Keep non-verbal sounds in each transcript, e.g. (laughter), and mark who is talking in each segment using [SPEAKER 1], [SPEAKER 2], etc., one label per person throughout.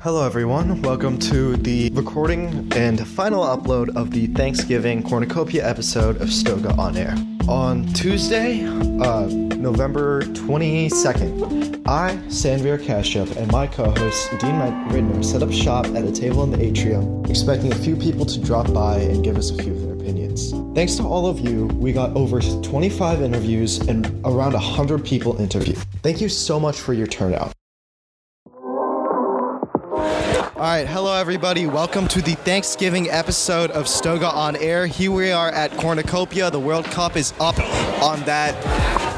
[SPEAKER 1] Hello, everyone. Welcome to the recording and final upload of the Thanksgiving cornucopia episode of Stoga on Air. On Tuesday, uh, November 22nd, I, Sanvir Kashyap, and my co host, Dean Ridner, set up shop at a table in the atrium, expecting a few people to drop by and give us a few of their opinions. Thanks to all of you, we got over 25 interviews and around 100 people interviewed. Thank you so much for your turnout. All right, hello everybody. Welcome to the Thanksgiving episode of Stoga on Air. Here we are at Cornucopia. The World Cup is up on that.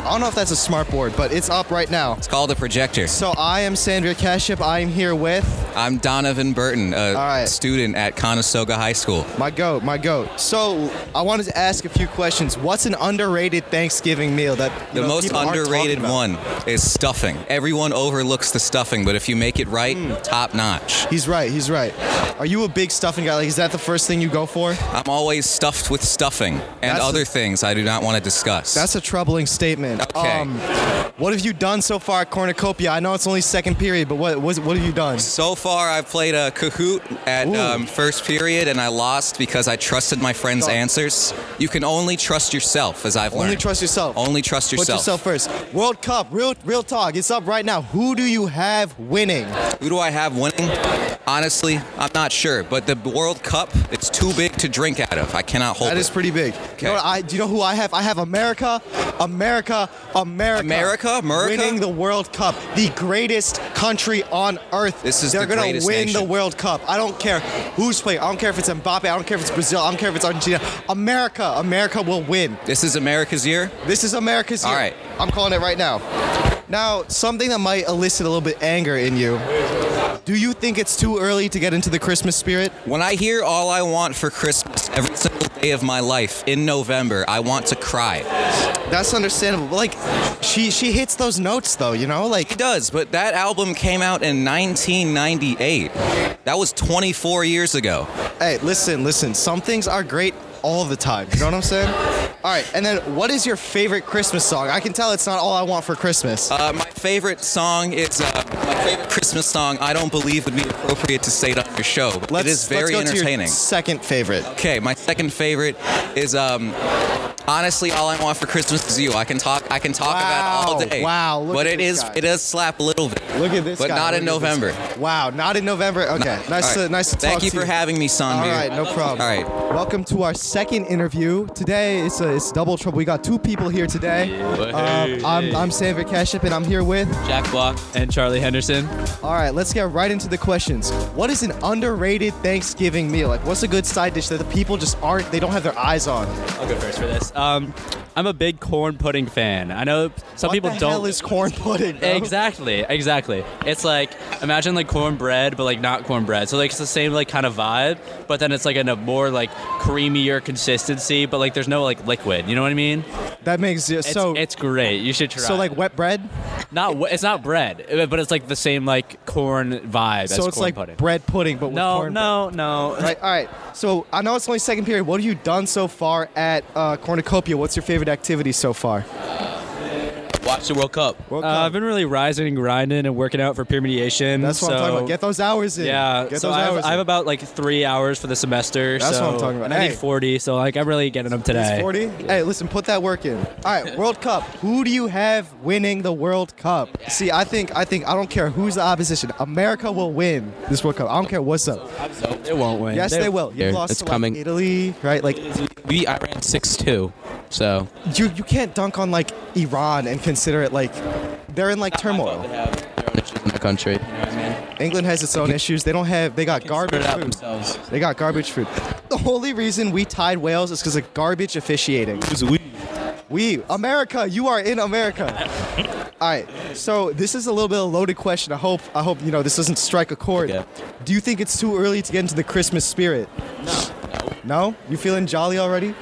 [SPEAKER 1] I don't know if that's a smart board, but it's up right now.
[SPEAKER 2] It's called a projector.
[SPEAKER 1] So I am Sandra Kashyap. I am here with
[SPEAKER 2] I'm Donovan Burton, a
[SPEAKER 1] right.
[SPEAKER 2] student at Conestoga High School.
[SPEAKER 1] my goat, my goat. So I wanted to ask a few questions. What's an underrated Thanksgiving meal that you
[SPEAKER 2] The
[SPEAKER 1] know,
[SPEAKER 2] most
[SPEAKER 1] people aren't talking
[SPEAKER 2] underrated
[SPEAKER 1] about?
[SPEAKER 2] one is stuffing. Everyone overlooks the stuffing, but if you make it right,
[SPEAKER 1] Hmm.
[SPEAKER 2] top notch.
[SPEAKER 1] He's right. He's right. Are you a big stuffing guy? Like, is that the first thing you go for?
[SPEAKER 2] I'm always stuffed with stuffing and
[SPEAKER 1] That's a-
[SPEAKER 2] other things I do not want to discuss.
[SPEAKER 1] That's a troubling statement. Um,
[SPEAKER 2] Okay.
[SPEAKER 1] what have you done so far at Cornucopia? I know it's only second period, but what what, what have you done?
[SPEAKER 2] so far, I've played a Kahoot at
[SPEAKER 1] Ooh.
[SPEAKER 2] um, first period, and I lost because I trusted my friend's
[SPEAKER 1] Done.
[SPEAKER 2] answers. You can only trust yourself, as I've learned.
[SPEAKER 1] Only trust yourself.
[SPEAKER 2] Only trust
[SPEAKER 1] Put yourself first. World Cup, real real talk. It's up right now. Who do you have winning?
[SPEAKER 2] Who do I have winning? Honestly, I'm not sure. But the World Cup, it's too big to drink out of. I cannot hold
[SPEAKER 1] That is
[SPEAKER 2] it.
[SPEAKER 1] pretty big. You know
[SPEAKER 2] Okay.
[SPEAKER 1] what I, do you know who I have? I have America, America, America.
[SPEAKER 2] America? America?
[SPEAKER 1] Winning the World Cup. The greatest country on earth.
[SPEAKER 2] This is
[SPEAKER 1] They're
[SPEAKER 2] the
[SPEAKER 1] gonna
[SPEAKER 2] greatest
[SPEAKER 1] win the
[SPEAKER 2] nation.
[SPEAKER 1] World Cup. I don't care who's playing. I don't care if it's Mbappe. I don't care if it's Brazil. I don't care if it's Argentina. America, America will win.
[SPEAKER 2] This is America's year.
[SPEAKER 1] This is America's year.
[SPEAKER 2] All right.
[SPEAKER 1] I'm calling it right now. Now, something that might elicit a little bit anger in you. Do you think it's too early to get into the Christmas spirit?
[SPEAKER 2] When I hear all I want for Christmas every single day of my life in November, I want to cry.
[SPEAKER 1] That's understandable. But like she she hits those notes though, you know? Like
[SPEAKER 2] It does, but that album came out in 1998. That was 24 years ago.
[SPEAKER 1] hey, listen, listen. Some things are great all the time. You know what I'm saying? All right. And then what is your favorite Christmas song? I can tell it's not all I want for Christmas.
[SPEAKER 2] Uh, my favorite song is uh, my favorite Christmas song. I don't believe would be appropriate to say it on your show. But it is
[SPEAKER 1] let's
[SPEAKER 2] very
[SPEAKER 1] go To your
[SPEAKER 2] entertaining.
[SPEAKER 1] second favorite.
[SPEAKER 2] Okay, my second favorite is um honestly all I want for Christmas is you. I can talk I can talk about it all
[SPEAKER 1] Wow,
[SPEAKER 2] day.
[SPEAKER 1] wow, look
[SPEAKER 2] but
[SPEAKER 1] at
[SPEAKER 2] it
[SPEAKER 1] this
[SPEAKER 2] is
[SPEAKER 1] guy.
[SPEAKER 2] it does slap a little bit.
[SPEAKER 1] Look at this
[SPEAKER 2] But
[SPEAKER 1] guy.
[SPEAKER 2] not in
[SPEAKER 1] Look at this
[SPEAKER 2] November.
[SPEAKER 1] guy. Wow, not in November. Okay, nice
[SPEAKER 2] All right.
[SPEAKER 1] to nice to
[SPEAKER 2] Thank
[SPEAKER 1] talk
[SPEAKER 2] you
[SPEAKER 1] to
[SPEAKER 2] for having me, son.
[SPEAKER 1] All
[SPEAKER 2] dude.
[SPEAKER 1] right, no problem.
[SPEAKER 2] All right.
[SPEAKER 1] Welcome to our second interview. Today it's a, it's double trouble. We got two people here today. Um, I'm I'm Sanford Kashyap and I'm here with.
[SPEAKER 3] Jack Block and Charlie Henderson.
[SPEAKER 1] All right, let's get right into the questions. What is an underrated Thanksgiving meal? Like, what's a good side dish that the people just aren't? They don't have their eyes on.
[SPEAKER 3] I'll go first for this. Um, I'm a big corn pudding fan. I know some
[SPEAKER 1] what
[SPEAKER 3] people
[SPEAKER 1] the
[SPEAKER 3] don't.
[SPEAKER 1] Hell is corn pudding? bro?
[SPEAKER 3] exactly, exactly. It's like imagine like cornbread, but like not cornbread. So like it's the same like kind of vibe, but then it's like in a more like creamier consistency. But like there's no like liquid. You know what I mean?
[SPEAKER 1] That makes it
[SPEAKER 3] It's,
[SPEAKER 1] so.
[SPEAKER 3] it's great. You should try.
[SPEAKER 1] so like wet bread.
[SPEAKER 3] not wh- it's not bread, but it's like the same like corn vibe. as
[SPEAKER 1] so it's
[SPEAKER 3] corn
[SPEAKER 1] like
[SPEAKER 3] pudding.
[SPEAKER 1] bread pudding, but with
[SPEAKER 3] No,
[SPEAKER 1] corn.
[SPEAKER 3] no, no.
[SPEAKER 1] bread. Right, all right. So I know it's only second period. What have you done so far at uh, Cornucopia? What's your favorite activity so far?
[SPEAKER 4] Watch the World Cup.
[SPEAKER 1] World
[SPEAKER 3] Uh, I've been really rising and grinding and working out for peer mediation.
[SPEAKER 1] That's what I'm talking
[SPEAKER 3] so-
[SPEAKER 1] about. Get those hours in.
[SPEAKER 3] Yeah,
[SPEAKER 1] Get
[SPEAKER 3] so
[SPEAKER 1] those
[SPEAKER 3] I have,
[SPEAKER 1] hours
[SPEAKER 3] I have
[SPEAKER 1] in.
[SPEAKER 3] about like three hours for the semester.
[SPEAKER 1] That's
[SPEAKER 3] so,
[SPEAKER 1] what I'm talking about.
[SPEAKER 3] And I
[SPEAKER 1] Hey.
[SPEAKER 3] need 40, so like I'm really getting them today.
[SPEAKER 1] It's 40? Hey, listen, put that work in. All
[SPEAKER 3] (laughs)
[SPEAKER 1] right, World Cup. Who do you have winning the World Cup? See, I think I think I don't care who's the opposition. America will win this World Cup. I don't care what's up.
[SPEAKER 4] It won't win.
[SPEAKER 1] Yes, they will. You
[SPEAKER 4] Here,
[SPEAKER 1] lost
[SPEAKER 4] it's
[SPEAKER 1] to like,
[SPEAKER 4] coming.
[SPEAKER 1] Italy, right? Like
[SPEAKER 4] We Iran six two. So
[SPEAKER 1] you you can't dunk on like Iran and consider it like they're in like turmoil.
[SPEAKER 4] in the country.
[SPEAKER 1] England has its own issues. They don't have. They got garbage
[SPEAKER 4] out
[SPEAKER 1] food.
[SPEAKER 4] themselves.
[SPEAKER 1] They got garbage food. The only reason we tied Wales is because of garbage officiating. We, America, you are in America. All right. So this is a little bit of a loaded question. I hope I hope you know this doesn't strike a chord.
[SPEAKER 4] Okay.
[SPEAKER 1] Do you think it's too early to get into the Christmas spirit? No. No? You feeling jolly already?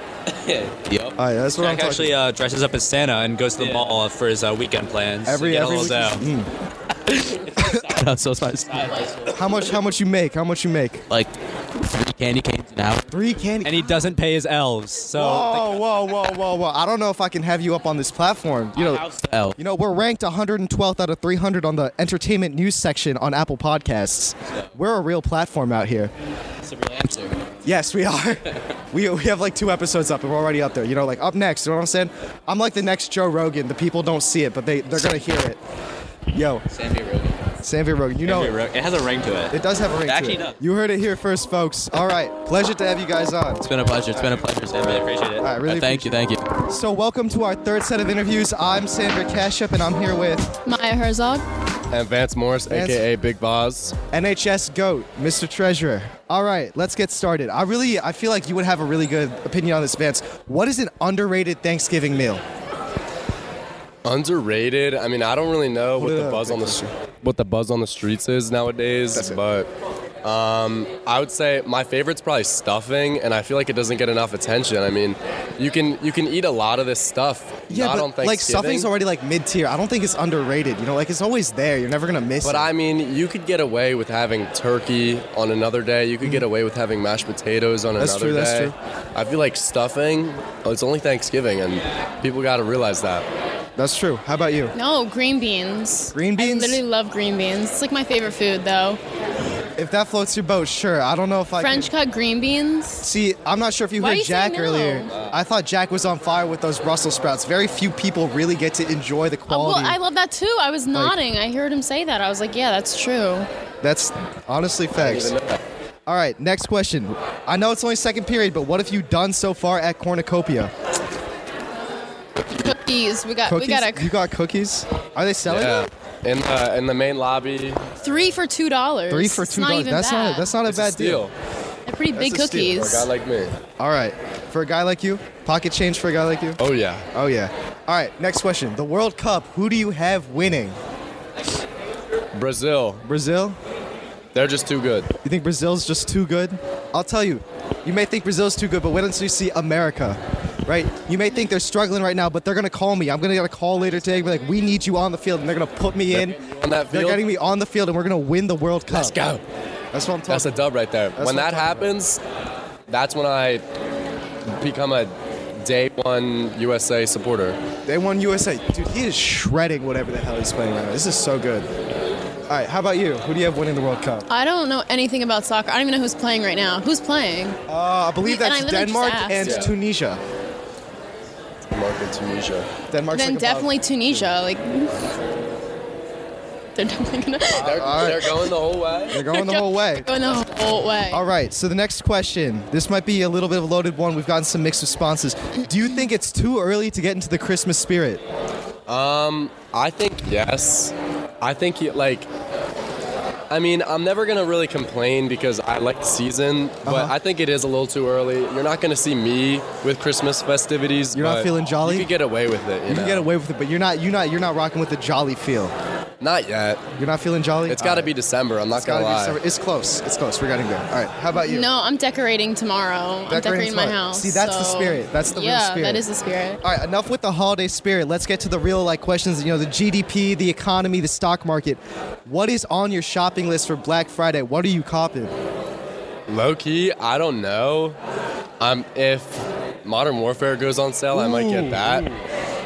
[SPEAKER 4] Yep.
[SPEAKER 1] All right. That's what I'm
[SPEAKER 3] Jack
[SPEAKER 1] talking.
[SPEAKER 3] actually uh, dresses up as Santa and goes to the mall for his uh, weekend plans. to
[SPEAKER 1] Every-
[SPEAKER 3] get a
[SPEAKER 1] every Hmm.
[SPEAKER 3] little dough.
[SPEAKER 4] so it's my
[SPEAKER 1] how much? How much you make? How much you make?
[SPEAKER 4] like
[SPEAKER 3] three candy canes an hour.
[SPEAKER 1] Three candy.
[SPEAKER 5] and he doesn't pay his elves. So
[SPEAKER 1] whoa, whoa, whoa, whoa, whoa! I don't know if I can have you up on this platform. You know,
[SPEAKER 3] House L.
[SPEAKER 1] you know, we're ranked 112th out of 300 on the entertainment news section on Apple Podcasts. We're a real platform out here.
[SPEAKER 3] That's the real answer.
[SPEAKER 1] Yes,
[SPEAKER 3] (laughs)
[SPEAKER 1] we are. (laughs) we, we have like two episodes up and we're already up there. You know, like up next, you know what I'm saying? I'm like the next Joe Rogan. The people don't see it, but they, they're going to hear it. Yo,
[SPEAKER 3] Sandy Rogan.
[SPEAKER 1] Sam V. Rogan, you know it.
[SPEAKER 5] it has a ring to
[SPEAKER 1] It does have a ring
[SPEAKER 3] actually
[SPEAKER 1] to it.
[SPEAKER 3] does.
[SPEAKER 1] You heard it here first, folks. All right. Pleasure to have you guys on.
[SPEAKER 3] It's been a pleasure. It's been a pleasure, Sandy. I appreciate it.
[SPEAKER 1] I really
[SPEAKER 3] thank you. Thank you.
[SPEAKER 1] So, welcome to our third set of interviews. I'm Sandra Kashup, and I'm here with
[SPEAKER 6] Maya Herzog.
[SPEAKER 7] And Vance Morris,
[SPEAKER 1] Vance-
[SPEAKER 7] aka Big Boz.
[SPEAKER 1] NHS GOAT, Mr. Treasurer. All right, let's get started. I really, I feel like you would have a really good opinion on this, Vance. What is an underrated Thanksgiving meal?
[SPEAKER 7] Underrated. I mean, I don't really know what
[SPEAKER 1] it
[SPEAKER 7] the
[SPEAKER 1] up,
[SPEAKER 7] buzz on the str- what the buzz on the streets is nowadays, but um, I would say my favorite's probably stuffing, and I feel like it doesn't get enough attention. I mean, you can you can eat a lot of this stuff. not on Thanksgiving,
[SPEAKER 1] like stuffing's already like mid tier. I don't think it's underrated. You know, like it's always there. You're never gonna miss
[SPEAKER 7] But
[SPEAKER 1] it.
[SPEAKER 7] I mean, you could get away with having turkey on another day. You could get away with having mashed potatoes on
[SPEAKER 1] Mm-hmm. That's
[SPEAKER 7] another
[SPEAKER 1] true, that's
[SPEAKER 7] day.
[SPEAKER 1] true.
[SPEAKER 7] I feel like stuffing. Oh, it's only Thanksgiving, and people got to realize that.
[SPEAKER 1] That's true. How about you?
[SPEAKER 6] No, green beans.
[SPEAKER 1] Green beans?
[SPEAKER 6] I literally love green beans. It's like my favorite food though.
[SPEAKER 1] If that floats your boat, sure. I don't know if I can-
[SPEAKER 6] French cut green beans.
[SPEAKER 1] See, I'm not sure if you
[SPEAKER 6] Why
[SPEAKER 1] heard
[SPEAKER 6] you say
[SPEAKER 1] Jack
[SPEAKER 6] no?
[SPEAKER 1] earlier. I thought Jack was on fire with those Brussels sprouts. Very few people really get to enjoy the
[SPEAKER 6] Oh,
[SPEAKER 1] quality.
[SPEAKER 6] well, I love that too. I was nodding. I heard him say that. I was like, yeah, that's true.
[SPEAKER 1] That's honestly facts. All right, next question. I know it's only second period, but what have you done so far at Cornucopia?
[SPEAKER 6] Cookies. We got
[SPEAKER 1] Cookies?
[SPEAKER 6] we got a
[SPEAKER 1] you got cookies? Are they selling?
[SPEAKER 7] Yeah,
[SPEAKER 1] them?
[SPEAKER 7] in the in the main lobby,
[SPEAKER 6] three for two dollars.
[SPEAKER 1] Three for two dollars. That's
[SPEAKER 6] bad.
[SPEAKER 1] not that's not
[SPEAKER 7] it's
[SPEAKER 1] a bad
[SPEAKER 7] a steal.
[SPEAKER 6] They're pretty big
[SPEAKER 1] a steal.
[SPEAKER 6] cookies.
[SPEAKER 7] For a guy like me.
[SPEAKER 1] deal. All right, for a guy like you, pocket change for a guy like you.
[SPEAKER 7] Oh yeah.
[SPEAKER 1] Oh yeah. All right, next question. The World Cup. Who do you have winning?
[SPEAKER 7] Brazil.
[SPEAKER 1] Brazil.
[SPEAKER 7] They're just too good.
[SPEAKER 1] You think Brazil's just too good? I'll tell you, you may think Brazil's too good, but wait until you see America, right? You may think they're struggling right now, but they're gonna call me. I'm gonna get a call later today. Be like, we need you on the field, and they're gonna put me in.
[SPEAKER 7] On that
[SPEAKER 1] They're
[SPEAKER 7] field?
[SPEAKER 1] getting me on the field, and we're gonna win the World Cup.
[SPEAKER 7] Let's go.
[SPEAKER 1] That's what I'm talking.
[SPEAKER 7] That's a dub right there.
[SPEAKER 1] That's
[SPEAKER 7] when
[SPEAKER 1] what
[SPEAKER 7] that
[SPEAKER 1] I'm talking
[SPEAKER 7] happens, that's when I become a day one USA supporter.
[SPEAKER 1] They won USA, dude. He is shredding whatever the hell he's playing right now. This is so good. All right, how about you? Who do you have winning the World Cup?
[SPEAKER 6] I don't know anything about soccer. I don't even know who's playing right now. Who's playing?
[SPEAKER 1] Uh, I believe
[SPEAKER 6] And I
[SPEAKER 1] that's
[SPEAKER 6] literally just
[SPEAKER 1] Denmark
[SPEAKER 6] asked.
[SPEAKER 1] and
[SPEAKER 7] Yeah.
[SPEAKER 1] Tunisia.
[SPEAKER 7] Market Tunisia.
[SPEAKER 1] Denmark's
[SPEAKER 6] then
[SPEAKER 1] like above.
[SPEAKER 6] definitely Tunisia. Like (laughs) they're definitely gonna (laughs)
[SPEAKER 7] They're,
[SPEAKER 1] All
[SPEAKER 7] they're
[SPEAKER 1] right.
[SPEAKER 7] going the whole way.
[SPEAKER 1] They're going the whole way.
[SPEAKER 6] go the whole way.
[SPEAKER 1] All right, so the next question. This might be a little bit of a loaded one. We've gotten some mixed responses. Do you think it's too early to get into the Christmas spirit?
[SPEAKER 7] Um, I think yes. I think you, like. I mean, I'm never gonna really complain because I like the season, but
[SPEAKER 1] Uh-huh.
[SPEAKER 7] I think it is a little too early. You're not gonna see me with Christmas festivities.
[SPEAKER 1] You're not
[SPEAKER 7] but
[SPEAKER 1] feeling jolly?
[SPEAKER 7] You could get away with it. You,
[SPEAKER 1] You can
[SPEAKER 7] know?
[SPEAKER 1] get away with it, but you're not you're not you're not rocking with the jolly feel.
[SPEAKER 7] Not yet.
[SPEAKER 1] You're not feeling jolly?
[SPEAKER 7] It's got to
[SPEAKER 1] All
[SPEAKER 7] be
[SPEAKER 1] right.
[SPEAKER 7] December. I'm not
[SPEAKER 1] It's gotta
[SPEAKER 7] gonna
[SPEAKER 1] be
[SPEAKER 7] lie.
[SPEAKER 1] December. It's close. It's close. We're getting there. All right. How about you?
[SPEAKER 6] No, I'm decorating tomorrow. I'm
[SPEAKER 1] Decorating
[SPEAKER 6] decorating my
[SPEAKER 1] tomorrow.
[SPEAKER 6] house.
[SPEAKER 1] See, that's the
[SPEAKER 6] so-
[SPEAKER 1] spirit. That's the real
[SPEAKER 6] yeah,
[SPEAKER 1] spirit.
[SPEAKER 6] that is the spirit.
[SPEAKER 1] All right, enough with the holiday spirit. Let's get to the real like questions, you know, the GDP, the economy, the stock market. What is on your shopping list for Black Friday? What are you copping?
[SPEAKER 7] Low key, I don't know. Um, if Modern Warfare goes on sale, I might get that.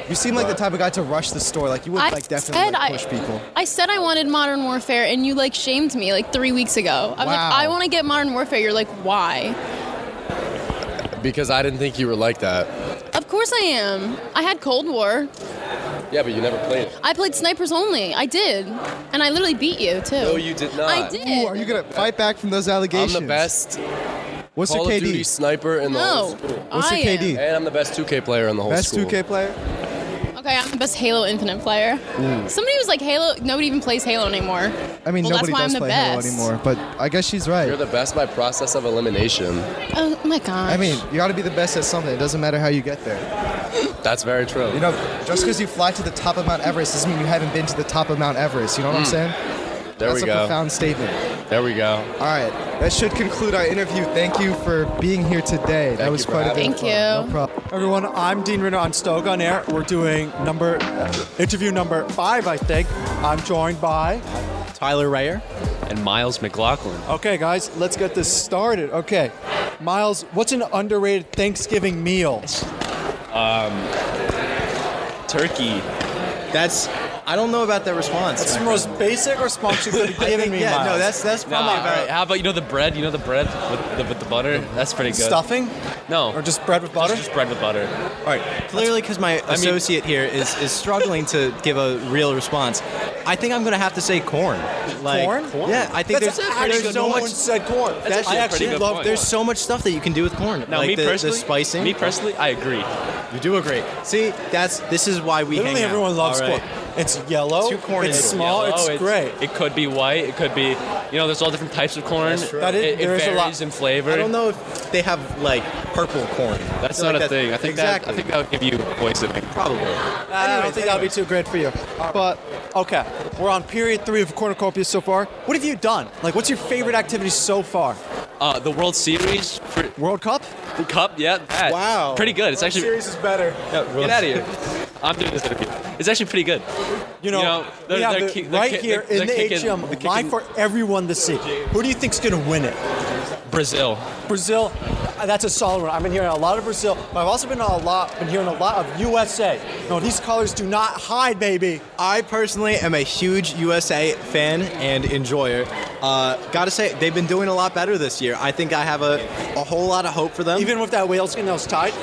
[SPEAKER 1] You seem like the type of guy to rush the store. Like you would
[SPEAKER 6] I
[SPEAKER 1] like definitely
[SPEAKER 6] said
[SPEAKER 1] like,
[SPEAKER 6] I-
[SPEAKER 1] push people.
[SPEAKER 6] I said I wanted Modern Warfare, and you like shamed me like three weeks ago. I was
[SPEAKER 1] Wow.
[SPEAKER 6] like, I want to get Modern Warfare. You're like, why?
[SPEAKER 7] Because I didn't think you were like that.
[SPEAKER 6] Of course I am. I had Cold War.
[SPEAKER 7] Yeah, but you never played it.
[SPEAKER 6] I played Snipers Only. I did, and I literally beat you too.
[SPEAKER 7] No, you did not.
[SPEAKER 6] I did.
[SPEAKER 1] Ooh, are you gonna fight back from those
[SPEAKER 7] I'm
[SPEAKER 1] allegations?
[SPEAKER 7] the best
[SPEAKER 1] What's
[SPEAKER 7] Call
[SPEAKER 1] your
[SPEAKER 7] of Duty
[SPEAKER 1] KD?
[SPEAKER 7] sniper in the whole
[SPEAKER 6] No.
[SPEAKER 7] school.
[SPEAKER 1] What's
[SPEAKER 6] I
[SPEAKER 1] your
[SPEAKER 6] am.
[SPEAKER 1] KD?
[SPEAKER 7] And I'm the best 2K player in the whole
[SPEAKER 1] Best
[SPEAKER 7] school.
[SPEAKER 1] 2K player.
[SPEAKER 6] Okay, I'm the best Halo Infinite player. Somebody was like, Halo. Nobody even plays Halo anymore.
[SPEAKER 1] I mean,
[SPEAKER 6] Well, that's
[SPEAKER 1] nobody
[SPEAKER 6] why
[SPEAKER 1] does
[SPEAKER 6] I'm the
[SPEAKER 1] play Halo
[SPEAKER 6] best.
[SPEAKER 1] anymore, but I guess she's right.
[SPEAKER 7] You're the best by process of elimination.
[SPEAKER 6] Oh my gosh.
[SPEAKER 1] I mean, you got to be the best at something. It doesn't matter how you get there.
[SPEAKER 7] That's very true.
[SPEAKER 1] You know, just because you fly to the top of Mount Everest doesn't mean you haven't been to the top of Mount Everest. You know what I'm saying?
[SPEAKER 7] Mm. there
[SPEAKER 1] That's
[SPEAKER 7] we
[SPEAKER 1] a
[SPEAKER 7] go.
[SPEAKER 1] profound statement.
[SPEAKER 7] there we go.
[SPEAKER 1] All right, that should conclude our interview. Thank you for being here today. that
[SPEAKER 7] Thank
[SPEAKER 1] was
[SPEAKER 7] you for
[SPEAKER 1] quite a bit.
[SPEAKER 7] having
[SPEAKER 6] me.
[SPEAKER 1] of fun.
[SPEAKER 6] Thank you.
[SPEAKER 1] No problem.
[SPEAKER 8] Everyone, I'm Dean Renner on Stoke on Air. We're doing number interview number five, I think. I'm joined by
[SPEAKER 3] Tyler Rayer.
[SPEAKER 4] and Miles McLaughlin.
[SPEAKER 8] Okay, guys, let's get this started. Okay, Miles, what's an underrated Thanksgiving meal?
[SPEAKER 4] Turkey.
[SPEAKER 9] Um, That's. I don't know about that response.
[SPEAKER 8] It's the most basic response
[SPEAKER 9] (laughs)
[SPEAKER 8] you could have given me.
[SPEAKER 9] yeah,
[SPEAKER 8] Miles.
[SPEAKER 9] no, that's that's
[SPEAKER 4] Nah,
[SPEAKER 9] probably about.
[SPEAKER 4] alright, How about you know the bread? You know the bread with the, with the butter. That's pretty good.
[SPEAKER 8] stuffing
[SPEAKER 4] No.
[SPEAKER 8] or just bread with butter.
[SPEAKER 4] Just bread with butter.
[SPEAKER 9] All right, clearly because my associate here is is struggling to give a real response. I think I'm gonna have to say corn. Like,
[SPEAKER 8] Corn?
[SPEAKER 9] Yeah, I think
[SPEAKER 8] That's
[SPEAKER 9] there's,
[SPEAKER 8] actually
[SPEAKER 9] there's so
[SPEAKER 8] no
[SPEAKER 9] much.
[SPEAKER 8] one said corn.
[SPEAKER 9] That's
[SPEAKER 4] actually
[SPEAKER 9] I
[SPEAKER 4] a
[SPEAKER 9] actually
[SPEAKER 4] pretty good
[SPEAKER 9] love.
[SPEAKER 4] point.
[SPEAKER 9] There's so much stuff that you can do with corn.
[SPEAKER 4] Now,
[SPEAKER 9] like
[SPEAKER 4] me
[SPEAKER 9] the,
[SPEAKER 4] personally,
[SPEAKER 9] the spicing.
[SPEAKER 4] Me personally, I agree.
[SPEAKER 9] you do agree. See, that's this is why we
[SPEAKER 8] Literally,
[SPEAKER 9] hang out.
[SPEAKER 8] everyone loves
[SPEAKER 9] All right.
[SPEAKER 8] corn. It's yellow.
[SPEAKER 9] Two corn
[SPEAKER 8] it's
[SPEAKER 9] in it.
[SPEAKER 8] small.
[SPEAKER 4] Yellow,
[SPEAKER 8] it's, great.
[SPEAKER 4] It could be white. It could be, you know, there's all different types of corn.
[SPEAKER 9] That's true.
[SPEAKER 8] That is-
[SPEAKER 4] it, it
[SPEAKER 8] there is
[SPEAKER 4] varies
[SPEAKER 8] a lot.
[SPEAKER 4] in flavor.
[SPEAKER 9] I don't know if they have like purple corn.
[SPEAKER 4] That's
[SPEAKER 9] I feel
[SPEAKER 4] not
[SPEAKER 9] like
[SPEAKER 4] a thing. I think that
[SPEAKER 9] exactly.
[SPEAKER 4] I think that would give you poisoning.
[SPEAKER 9] probably.
[SPEAKER 8] I don't think that would be too great for you. But okay, we're on period three of cornucopia so far. What have you done? Like, what's your favorite activity so far?
[SPEAKER 4] Uh, the World Series for
[SPEAKER 8] World Cup?
[SPEAKER 4] the Cup, yeah. that.
[SPEAKER 9] Wow.
[SPEAKER 4] Pretty good. It's actually
[SPEAKER 8] is better.
[SPEAKER 4] get out of here. I'm doing this interview. It's actually pretty good.
[SPEAKER 8] You know,
[SPEAKER 4] You know, they're-
[SPEAKER 8] we have
[SPEAKER 4] they're
[SPEAKER 8] the-
[SPEAKER 4] ki- they're
[SPEAKER 8] right
[SPEAKER 4] ki-
[SPEAKER 8] here
[SPEAKER 4] they're
[SPEAKER 8] in the
[SPEAKER 4] kicking-
[SPEAKER 8] HM,
[SPEAKER 4] they're
[SPEAKER 8] live
[SPEAKER 4] kicking-
[SPEAKER 8] for everyone to see. Who do you think's gonna win it?
[SPEAKER 4] Brazil.
[SPEAKER 8] Brazil. uh, That's a solid one. I've been hearing a lot of Brazil, but I've also been on a lot, been hearing a lot of USA. No, these colors do not hide, baby.
[SPEAKER 9] I personally am a huge USA fan and enjoyer. Uh, gotta say, they've been doing a lot better this year. I think I have a, a whole lot of hope for them.
[SPEAKER 8] Even with that whale skin that was tied,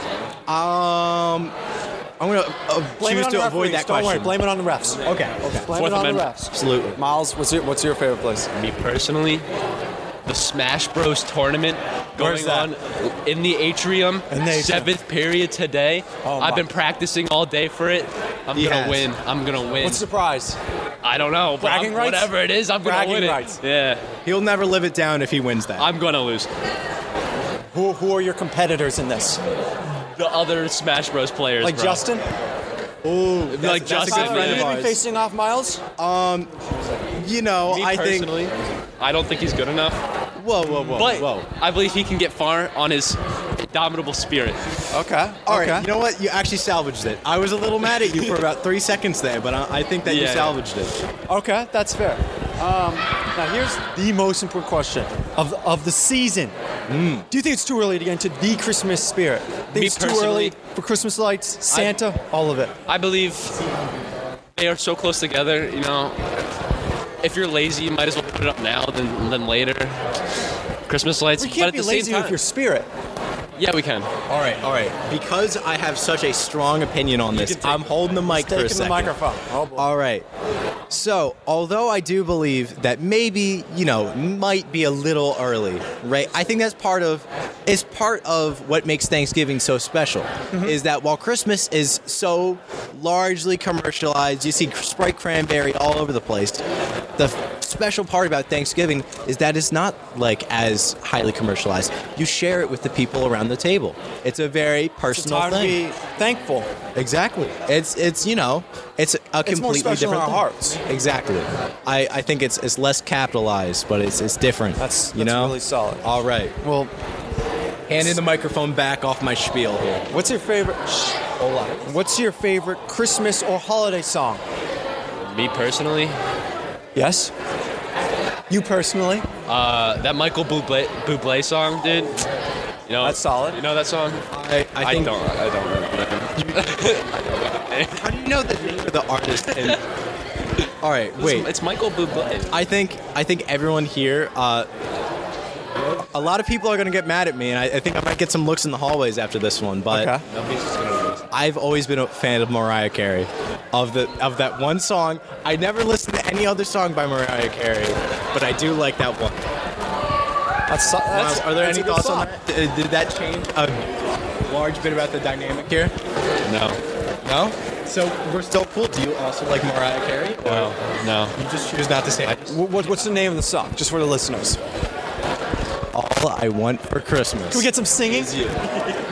[SPEAKER 9] um, I'm gonna uh,
[SPEAKER 8] blame it
[SPEAKER 9] choose
[SPEAKER 8] on
[SPEAKER 9] to
[SPEAKER 8] the referees.
[SPEAKER 9] avoid that
[SPEAKER 8] Don't
[SPEAKER 9] question.
[SPEAKER 8] worry, blame it on the refs.
[SPEAKER 9] okay, okay,
[SPEAKER 8] Blame
[SPEAKER 4] Fourth
[SPEAKER 8] it on
[SPEAKER 4] Amendment.
[SPEAKER 8] the refs.
[SPEAKER 9] absolutely.
[SPEAKER 8] Miles, what's your what's your favorite place?
[SPEAKER 4] Me personally, the Smash Bros tournament
[SPEAKER 8] Where's
[SPEAKER 4] going on in the atrium.
[SPEAKER 8] In the atrium.
[SPEAKER 4] Seventh period today.
[SPEAKER 8] Oh my.
[SPEAKER 4] I've been practicing all day for it. I'm
[SPEAKER 9] He
[SPEAKER 4] gonna
[SPEAKER 9] has.
[SPEAKER 4] win. I'm gonna win.
[SPEAKER 8] What's the prize?
[SPEAKER 4] I don't know. But
[SPEAKER 8] Bragging
[SPEAKER 4] I'm-
[SPEAKER 8] rights?
[SPEAKER 4] Whatever it is, I'm
[SPEAKER 8] Bragging
[SPEAKER 4] gonna win
[SPEAKER 8] rights.
[SPEAKER 4] it. Yeah,
[SPEAKER 9] He'll never live it down if he wins that.
[SPEAKER 4] I'm gonna lose.
[SPEAKER 8] Who who are your competitors in this?
[SPEAKER 4] The other Smash Bros players,
[SPEAKER 8] Like
[SPEAKER 4] bro.
[SPEAKER 8] Justin?
[SPEAKER 9] Ooh,
[SPEAKER 4] Like
[SPEAKER 9] that's a
[SPEAKER 4] Justin
[SPEAKER 9] good
[SPEAKER 8] Tyler,
[SPEAKER 9] friend
[SPEAKER 8] are
[SPEAKER 9] of
[SPEAKER 8] you gonna be
[SPEAKER 9] ours. Um,
[SPEAKER 8] facing off Miles?
[SPEAKER 9] you know,
[SPEAKER 4] Me
[SPEAKER 9] I think.
[SPEAKER 4] personally, I don't think he's good enough.
[SPEAKER 9] Whoa, whoa, whoa,
[SPEAKER 4] But
[SPEAKER 9] whoa.
[SPEAKER 4] I believe he can get far on his indomitable spirit.
[SPEAKER 8] Okay.
[SPEAKER 9] All right,
[SPEAKER 8] okay.
[SPEAKER 9] you know what? You actually salvaged it. I was a little mad at you for about three seconds there, but I, I think that you
[SPEAKER 4] Yeah, yeah.
[SPEAKER 9] salvaged it.
[SPEAKER 8] Okay, that's fair. Um, now here's the most important question of of the season. Do you think it's too early to get into the Christmas spirit? Think
[SPEAKER 4] Me
[SPEAKER 8] it's too
[SPEAKER 4] personally-
[SPEAKER 8] early for Christmas lights, Santa, all of it.
[SPEAKER 4] I believe they are so close together. You know, if you're lazy, you might as well put it up now than than later. Christmas lights.
[SPEAKER 8] We
[SPEAKER 4] but
[SPEAKER 8] can't
[SPEAKER 4] at
[SPEAKER 8] be
[SPEAKER 4] the
[SPEAKER 8] lazy
[SPEAKER 4] same
[SPEAKER 8] with
[SPEAKER 4] time,
[SPEAKER 8] your spirit.
[SPEAKER 4] yeah, we can.
[SPEAKER 9] All right, all right. Because I have such a strong opinion on this,
[SPEAKER 4] can take
[SPEAKER 9] I'm holding the mic for a
[SPEAKER 8] Taking the
[SPEAKER 9] second.
[SPEAKER 8] microphone. Oh boy.
[SPEAKER 9] All right. So, although I do believe that maybe, you know, might be a little early, right? I think that's part of it's part of what makes Thanksgiving so special
[SPEAKER 8] Mm-hmm.
[SPEAKER 9] is that while Christmas is so largely commercialized, you see Sprite cranberry all over the place. The f- special part about Thanksgiving is that it's not like as highly commercialized. You share it with the people around the table. It's a very
[SPEAKER 8] it's
[SPEAKER 9] personal
[SPEAKER 8] time to
[SPEAKER 9] thing.
[SPEAKER 8] be thankful.
[SPEAKER 9] Exactly. It's it's you know it's a completely
[SPEAKER 8] It's more special
[SPEAKER 9] different
[SPEAKER 8] in our
[SPEAKER 9] thing.
[SPEAKER 8] hearts.
[SPEAKER 9] Exactly. I, I think it's it's less capitalized, but it's it's different.
[SPEAKER 8] That's,
[SPEAKER 9] you
[SPEAKER 8] that's
[SPEAKER 9] know.
[SPEAKER 8] really solid.
[SPEAKER 9] All right.
[SPEAKER 8] Well,
[SPEAKER 9] Handing the microphone back off my spiel here.
[SPEAKER 8] what's your favorite? Shh, hold on. What's your favorite Christmas or holiday song?
[SPEAKER 4] Me personally,
[SPEAKER 8] Yes. You personally?
[SPEAKER 4] uh, that Michael Bublé, Bublé song, dude. You know,
[SPEAKER 8] That's solid.
[SPEAKER 4] You know that song?
[SPEAKER 9] I, I think.
[SPEAKER 4] don't. I don't remember. (laughs)
[SPEAKER 9] How do you know the name of the artist? And, (laughs) all right. Wait.
[SPEAKER 4] it's Michael Bublé.
[SPEAKER 9] I think I think everyone here. Uh, a lot of people are going to get mad at me, and I, I think I might get some looks in the hallways after this one. But
[SPEAKER 8] Okay.
[SPEAKER 9] I've always been a fan of Mariah Carey, of the of that one song. I never listened to any other song by Mariah Carey, but I do like that one.
[SPEAKER 8] That's, so- that's,
[SPEAKER 9] Wow, are there
[SPEAKER 8] that's
[SPEAKER 9] any
[SPEAKER 8] a good
[SPEAKER 9] thoughts
[SPEAKER 8] song.
[SPEAKER 9] on that? Did, did that change a large bit about the dynamic here?
[SPEAKER 4] No,
[SPEAKER 9] No. So we're still cool. Do you also like Mariah Carey? Or
[SPEAKER 4] no, no.
[SPEAKER 9] you just choose not to say. it?
[SPEAKER 8] Wh- What, what's the name of the song, just for the listeners? Can
[SPEAKER 9] All I want for Christmas.
[SPEAKER 8] we get some singing?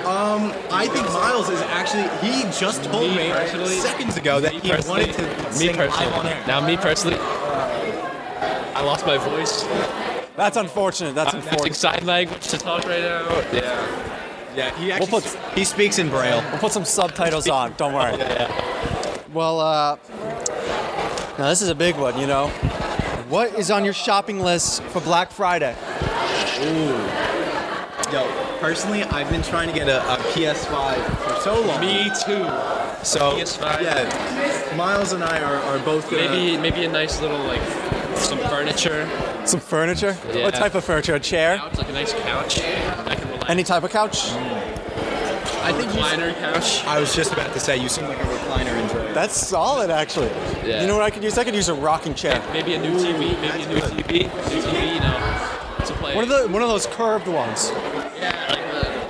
[SPEAKER 9] Um, I think Miles is actually. He just told me,
[SPEAKER 4] personally-
[SPEAKER 9] seconds ago that
[SPEAKER 4] Me
[SPEAKER 9] he
[SPEAKER 4] personally,
[SPEAKER 9] wanted to
[SPEAKER 4] me
[SPEAKER 9] sing live on
[SPEAKER 4] personally.
[SPEAKER 9] air.
[SPEAKER 4] Now, me personally, I lost my voice.
[SPEAKER 8] That's unfortunate. That's
[SPEAKER 4] I'm using
[SPEAKER 8] unfortunate.
[SPEAKER 4] sign language to talk right now. Yeah.
[SPEAKER 9] Yeah, he
[SPEAKER 8] We'll
[SPEAKER 9] actually
[SPEAKER 8] put-
[SPEAKER 9] he speaks in braille.
[SPEAKER 8] We'll put some subtitles on. Don't
[SPEAKER 9] (laughs)
[SPEAKER 8] worry. Well, uh, now this is a big one, you know. What is on your shopping list for Black Friday?
[SPEAKER 9] Ooh. Yo, personally, I've been trying to get a, a PS5 for so long. Me too. So PS5. Yeah, Miles and I are, are both gonna.
[SPEAKER 4] Maybe maybe a nice little like some furniture.
[SPEAKER 8] Some furniture?
[SPEAKER 4] Yeah.
[SPEAKER 8] What type of furniture? A chair?
[SPEAKER 4] Couch, like a nice couch. I can relax.
[SPEAKER 8] Any type of couch?
[SPEAKER 9] Mm,
[SPEAKER 4] I think recliner couch.
[SPEAKER 9] I was just about to say you seem like a recliner enjoyer.
[SPEAKER 8] That's solid, actually.
[SPEAKER 4] Yeah.
[SPEAKER 8] You know what I could use? I could use a rocking chair.
[SPEAKER 4] Maybe a new TV. Maybe a new TV. New TV. You know, to play.
[SPEAKER 8] One of the one of those curved ones.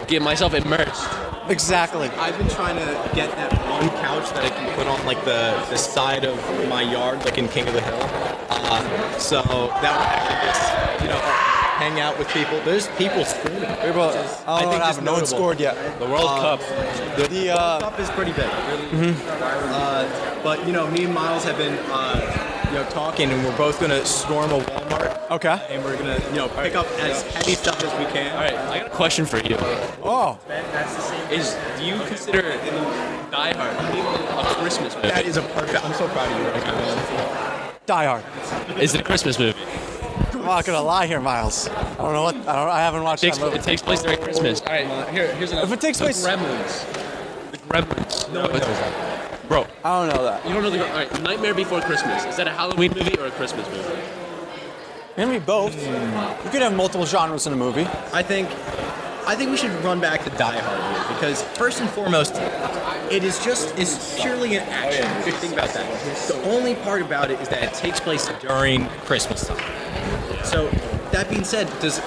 [SPEAKER 4] Get myself immersed.
[SPEAKER 8] Exactly.
[SPEAKER 9] I've been trying to get that one couch that I can put on like the, the side of my yard, like in King of the Hill. Uh, so that would actually just, you know, hang out with people. There's people scoring.
[SPEAKER 8] People, I don't know what happened. No one scored yet.
[SPEAKER 9] The World
[SPEAKER 8] Cup.
[SPEAKER 9] Uh, The,
[SPEAKER 8] The,
[SPEAKER 9] World
[SPEAKER 8] uh,
[SPEAKER 9] Cup is pretty big.
[SPEAKER 8] Mm-hmm.
[SPEAKER 9] Uh, but you know, me and Miles have been, uh, you know, talking, and we're both gonna storm a Walmart.
[SPEAKER 8] Okay.
[SPEAKER 9] And we're gonna, you know, pick up as heavy stuff as we can. All right.
[SPEAKER 4] I got a question for you.
[SPEAKER 8] Oh.
[SPEAKER 4] Is do you consider Die Hard a Christmas movie?
[SPEAKER 9] That is a perfect. I'm so proud of you.
[SPEAKER 8] Die Hard.
[SPEAKER 4] Is it a Christmas movie?
[SPEAKER 8] I'm not gonna lie here, Miles. I don't know what. I, don't, I haven't watched
[SPEAKER 4] It takes,
[SPEAKER 8] that movie.
[SPEAKER 4] it takes place during Christmas. All right, uh, here, here's another.
[SPEAKER 8] If it takes
[SPEAKER 4] the
[SPEAKER 8] place-
[SPEAKER 4] Gremlins. The Gremlins. No,
[SPEAKER 9] Oh,
[SPEAKER 4] it's- Bro,
[SPEAKER 8] I don't know that.
[SPEAKER 4] you don't know the. All right, Nightmare Before Christmas. Is that a Halloween movie or a Christmas movie?
[SPEAKER 8] Maybe both. You could have multiple genres in a movie.
[SPEAKER 9] I think I think we should run back to Die Hard here because first and foremost, it is just it's purely an action. If you think about that. The only part about it is that it takes place during Christmas time. So that being said, does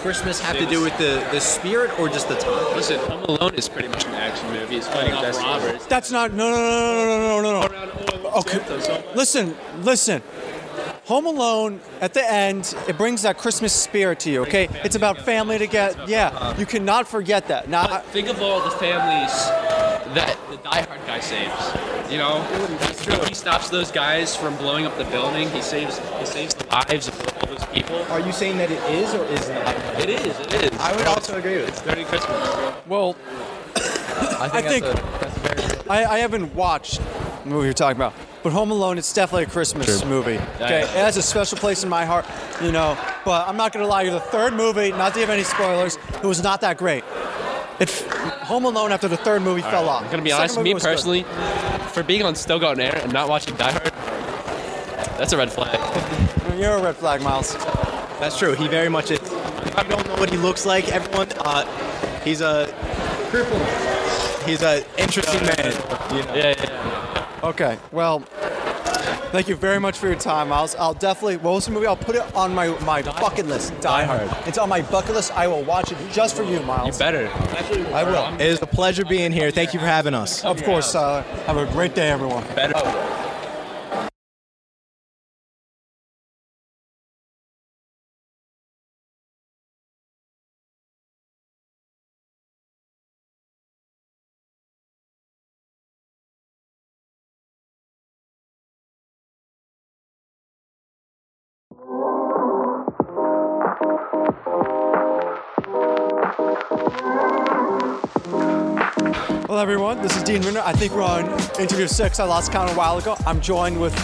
[SPEAKER 9] Christmas have to do with the, the spirit or just the time?
[SPEAKER 4] Listen, Home Alone is pretty much an action movie. It's fighting off
[SPEAKER 9] That's-
[SPEAKER 4] robbers.
[SPEAKER 8] That's not. No, no, no, no, no, no, no, no.
[SPEAKER 4] Around oil
[SPEAKER 8] Okay.
[SPEAKER 4] Santos, oh my-
[SPEAKER 8] Listen, listen. Home Alone at the end, it brings that Christmas spirit to you. Okay, it's about family to get. Yeah, you cannot forget that. Now, I-
[SPEAKER 4] But think of all the families that the Die Hard guy saves. You know, he stops those guys from blowing up the building. He saves. He saves the lives of all those people.
[SPEAKER 9] Are you saying that it is or is not?
[SPEAKER 4] It is. It is.
[SPEAKER 9] I would also agree with that.
[SPEAKER 4] Merry Christmas.
[SPEAKER 8] well, (coughs) I think, I, I, haven't watched the movie you're talking about, but Home Alone, it's definitely a Christmas movie. Okay, it has a special place in my heart, you know. But I'm not gonna lie, the third movie, not to give any spoilers, it was not that great. It, Home Alone after the third movie fell off.
[SPEAKER 4] I'm gonna be
[SPEAKER 8] Second
[SPEAKER 4] honest.
[SPEAKER 8] movie
[SPEAKER 4] Me
[SPEAKER 8] was good.
[SPEAKER 4] personally, for being on Still Got Air and not watching Die Hard, that's a red flag. (laughs)
[SPEAKER 8] you're a red flag, Miles.
[SPEAKER 9] That's true. He very much is. If you don't know what he looks like, everyone, uh, he's a He's a interesting man. You know.
[SPEAKER 4] Yeah, yeah.
[SPEAKER 8] Okay, well, thank you very much for your time, Miles. I'll definitely, what was the movie? I'll put it on my, my bucket list. Die Hard. It's on my bucket list. I will watch it just for you, Miles.
[SPEAKER 4] Better.
[SPEAKER 8] I will.
[SPEAKER 9] It is a pleasure being here. Thank you for having us.
[SPEAKER 8] Of course, uh, have a great day, everyone. Well, everyone, this is Dean Rinder. I think we're on interview six. I lost count a while ago. I'm joined with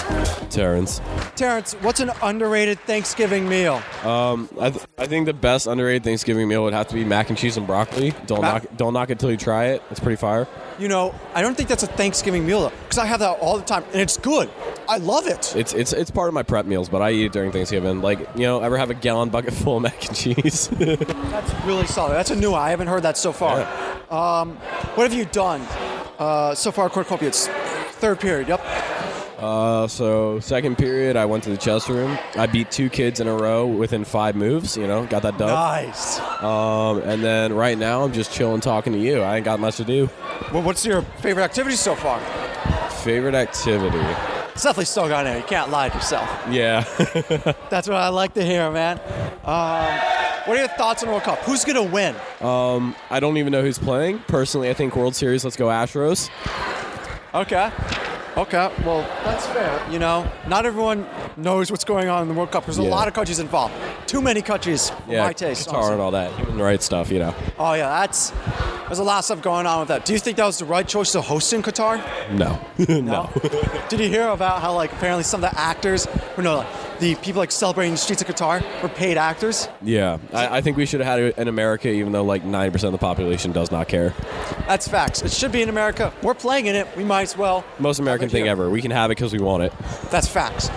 [SPEAKER 10] Terrence.
[SPEAKER 8] Terrence. What's an underrated Thanksgiving meal?
[SPEAKER 10] Um, I, th- I think the best underrated Thanksgiving meal would have to be mac and cheese and broccoli. Don't
[SPEAKER 8] Ma-
[SPEAKER 10] knock don't knock it till you try it. It's pretty fire.
[SPEAKER 8] You know, I don't think that's a Thanksgiving meal, though, because I have that all the time, and it's good. I love it.
[SPEAKER 10] It's it's it's part of my prep meals, but I eat it during Thanksgiving. Like you know, ever have a gallon bucket (laughs) full of mac and cheese? (laughs)
[SPEAKER 8] That's really solid. That's a new one. I haven't heard that so far. Um, what have you done uh, so far, Cornucopia? It's third period. Yep.
[SPEAKER 10] uh, so second period, I went to the chess room. I beat two kids in a row within five moves. You know, got that done.
[SPEAKER 8] Nice.
[SPEAKER 10] Um, and then right now I'm just chilling, talking to you. I ain't got much to do.
[SPEAKER 8] Well, what's your favorite activity so far?
[SPEAKER 10] Favorite activity?
[SPEAKER 8] It's definitely still got in. You can't lie to yourself. (laughs)
[SPEAKER 10] Yeah. (laughs)
[SPEAKER 8] That's what I like to hear, man. Um, what are your thoughts on World Cup? Who's gonna win?
[SPEAKER 10] um, I don't even know who's playing. Personally, I think World Series. Let's go Astros.
[SPEAKER 8] Okay. Okay. Well, that's fair. You know, not everyone knows what's going on in the World Cup. There's a
[SPEAKER 10] Yeah.
[SPEAKER 8] lot of countries involved. Too many countries for
[SPEAKER 10] yeah,
[SPEAKER 8] my taste.
[SPEAKER 10] Qatar and all that human rights stuff, you know.
[SPEAKER 8] Oh yeah, that's there's a lot of stuff going on with that. Do you think that was the right choice to host in Qatar?
[SPEAKER 10] No, (laughs) no.
[SPEAKER 8] Did you hear about how like apparently some of the actors were no like the people like celebrating the streets of Qatar were paid actors.
[SPEAKER 10] Yeah, I, I think we should have had it in America, even though like 90% of the population does not care.
[SPEAKER 8] That's facts. It should be in America. We're playing in it. We might as well.
[SPEAKER 10] Most American thing ever. We can have it because we want it.
[SPEAKER 8] That's facts.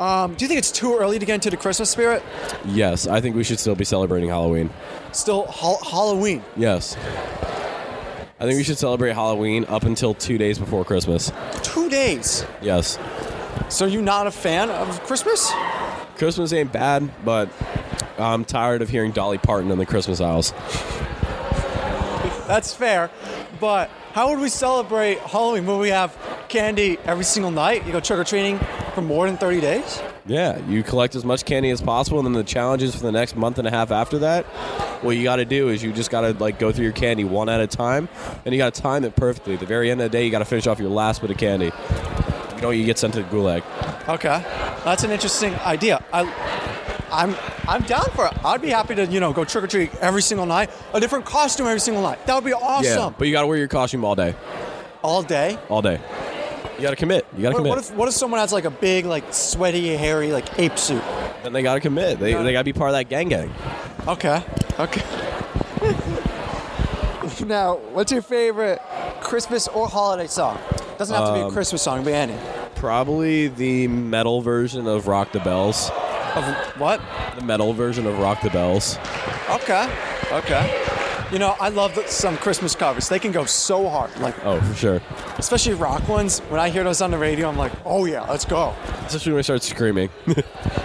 [SPEAKER 8] Um, do you think it's too early to get into the Christmas spirit?
[SPEAKER 10] Yes, I think we should still be celebrating Halloween.
[SPEAKER 8] Still hol- Halloween.
[SPEAKER 10] Yes. I think we should celebrate Halloween up until two days before Christmas.
[SPEAKER 8] Two days.
[SPEAKER 10] Yes.
[SPEAKER 8] So you're not a fan of Christmas?
[SPEAKER 10] Christmas ain't bad, but I'm tired of hearing Dolly Parton in the Christmas aisles.
[SPEAKER 8] That's fair. But how would we celebrate Halloween when we have candy every single night? You go trick or treating for more than 30 days?
[SPEAKER 10] Yeah, you collect as much candy as possible, and then the challenges for the next month and a half after that. What you got to do is you just got to like go through your candy one at a time, and you got to time it perfectly. At the very end of the day, you got to finish off your last bit of candy. You know, you get sent to the gulag.
[SPEAKER 8] Okay, that's an interesting idea. I, I'm I'm down for it. I'd be happy to you know go trick or treat every single night, a different costume every single night. That would be
[SPEAKER 10] Yeah,
[SPEAKER 8] awesome.
[SPEAKER 10] but you got to wear your costume all day,
[SPEAKER 8] All day.
[SPEAKER 10] all day. You got to commit. You got to
[SPEAKER 8] What,
[SPEAKER 10] commit.
[SPEAKER 8] what if what if someone has like a big like sweaty hairy like ape suit?
[SPEAKER 10] Then they got to commit. They, they got to be part of that gang gang.
[SPEAKER 8] Okay. Okay. now, what's your favorite Christmas or holiday song? Doesn't have to be a
[SPEAKER 10] Um,
[SPEAKER 8] Christmas song, but any.
[SPEAKER 10] Probably the metal version of Rock the Bells.
[SPEAKER 8] Of what?
[SPEAKER 10] The metal version of Rock the Bells.
[SPEAKER 8] Okay. Okay. You know, I love th- some Christmas covers. They can go so hard, like
[SPEAKER 10] Oh, for sure.
[SPEAKER 8] especially rock ones. When I hear those on the radio, I'm like, oh yeah, let's go.
[SPEAKER 10] Especially when we start screaming. (laughs)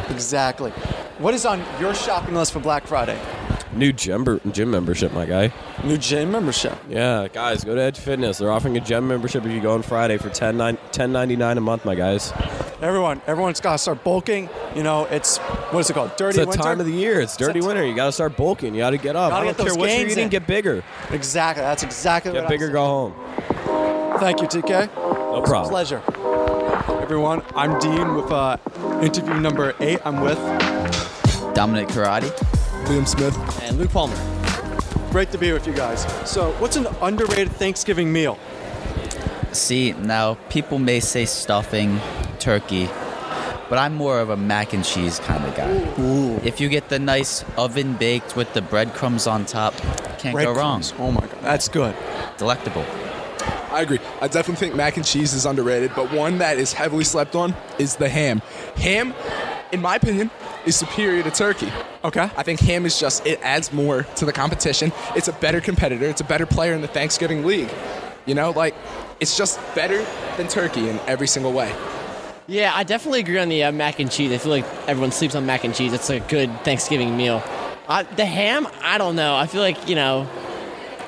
[SPEAKER 8] Exactly. What is on your shopping list for Black Friday?
[SPEAKER 10] New gym, ber- gym membership, my guy.
[SPEAKER 8] New gym membership.
[SPEAKER 10] Yeah, guys, go to Edge Fitness. They're offering a gym membership if you go on Friday for 10 nine- 10.99 a month, my guys.
[SPEAKER 8] Everyone, everyone's got to start bulking. You know, it's what is it called?
[SPEAKER 10] It's
[SPEAKER 8] Dirty
[SPEAKER 10] that
[SPEAKER 8] winter.
[SPEAKER 10] time of the year. It's dirty winter. You got to start bulking. You got to get up.
[SPEAKER 8] Gotta
[SPEAKER 10] I
[SPEAKER 8] get
[SPEAKER 10] don't
[SPEAKER 8] those
[SPEAKER 10] care what you're
[SPEAKER 8] gains
[SPEAKER 10] eating.
[SPEAKER 8] in.
[SPEAKER 10] Get bigger.
[SPEAKER 8] Exactly. That's exactly
[SPEAKER 10] Get
[SPEAKER 8] what
[SPEAKER 10] bigger. Go home.
[SPEAKER 8] I'm Thank you, TK.
[SPEAKER 10] No
[SPEAKER 8] It's a
[SPEAKER 10] problem.
[SPEAKER 8] pleasure. Everyone, I'm Dean with uh, interview number eight. I'm with
[SPEAKER 11] Dominic Karate.
[SPEAKER 8] Liam Smith.
[SPEAKER 11] And Luke Palmer.
[SPEAKER 8] Great to be with you guys. So, what's an underrated Thanksgiving meal?
[SPEAKER 11] See, now people may say stuffing, turkey, but I'm more of a mac and cheese kind of guy. If you get the nice oven baked with the breadcrumbs on top, can't go wrong.
[SPEAKER 12] Breadcrumbs.
[SPEAKER 8] Oh my god, that's good.
[SPEAKER 11] Delectable.
[SPEAKER 12] I agree. I definitely think mac and cheese is underrated, but one that is heavily slept on is the ham. Ham, in my opinion, is superior to turkey.
[SPEAKER 8] Okay.
[SPEAKER 12] I think ham is just, it adds more to the competition. It's a better competitor, it's a better player in the Thanksgiving league. You know, like, it's just better than turkey in every single way.
[SPEAKER 13] Yeah, I definitely agree on the uh, mac and cheese. I feel like everyone sleeps on mac and cheese. It's a good Thanksgiving meal. Uh, the ham, I don't know. I feel like you know,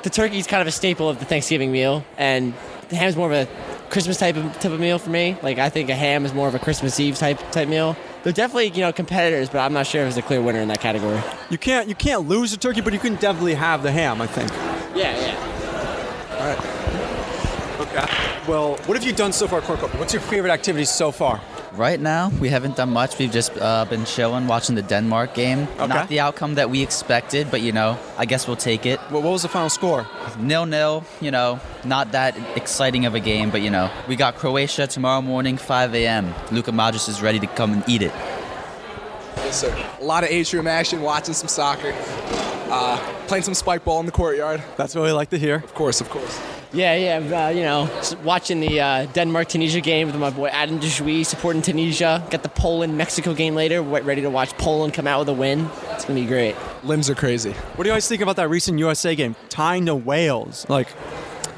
[SPEAKER 13] the turkey's kind of a staple of the Thanksgiving meal, and the ham's more of a Christmas type of, type of meal for me. Like I think a ham is more of a Christmas Eve type type meal. They're definitely you know competitors, but I'm not sure if it's a clear winner in that category.
[SPEAKER 8] You can't you can't lose the turkey, but you can definitely have the ham. I think.
[SPEAKER 13] Yeah, yeah.
[SPEAKER 8] All right. Okay. Well, what have you done so far, Corco? What's your favorite activity so far?
[SPEAKER 11] Right now, we haven't done much. We've just uh, been chilling, watching the Denmark game. Not the outcome that we expected, but you know, I guess we'll take it.
[SPEAKER 8] What was the final score?
[SPEAKER 11] Nil nil. You know, not that exciting of a game, but you know, we got Croatia tomorrow morning, 5 a.m. Luka Modric is ready to come and eat it.
[SPEAKER 12] Yes, sir. A lot of atrium action, watching some soccer, uh, playing some spike ball in the courtyard.
[SPEAKER 8] That's what we like to hear.
[SPEAKER 12] Of course, of course.
[SPEAKER 13] Yeah, yeah. Uh, you know, s- watching the uh, Denmark Tunisia game with my boy Adam Dejoui supporting Tunisia. Got the Poland Mexico game later. Wait, ready to watch Poland come out with a win. It's gonna be great.
[SPEAKER 12] Limbs are crazy.
[SPEAKER 8] What do you guys think about that recent USA game, tying to Wales? Like,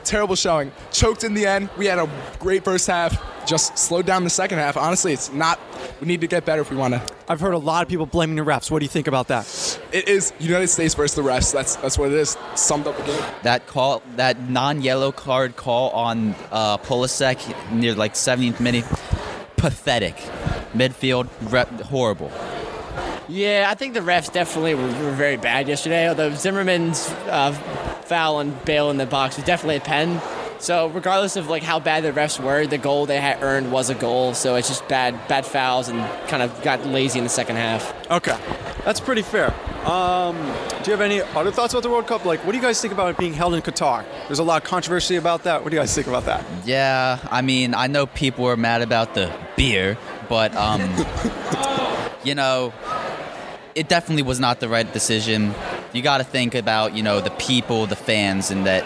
[SPEAKER 12] terrible showing. Choked in the end. We had a great first half. Just slowed down the second half. Honestly, it's not. We need to get better if we want to.
[SPEAKER 8] I've heard a lot of people blaming the refs. What do you think about that?
[SPEAKER 12] It is United States versus the refs. That's that's what it is. Summed up again.
[SPEAKER 11] That call, that non-yellow card call on uh, Pulisic near like 70th minute, pathetic. Midfield, rep, horrible.
[SPEAKER 13] Yeah, I think the refs definitely were, were very bad yesterday. Although Zimmerman's uh, foul on Bale in the box was definitely a pen. So regardless of like how bad the refs were, the goal they had earned was a goal. So it's just bad, bad fouls, and kind of got lazy in the second half.
[SPEAKER 8] Okay, that's pretty fair. Um, do you have any other thoughts about the World Cup? Like, what do you guys think about it being held in Qatar? There's a lot of controversy about that. What do you guys think about that?
[SPEAKER 11] Yeah, I mean, I know people were mad about the beer, but um, you know, it definitely was not the right decision. You got to think about, you know, the people, the fans, and that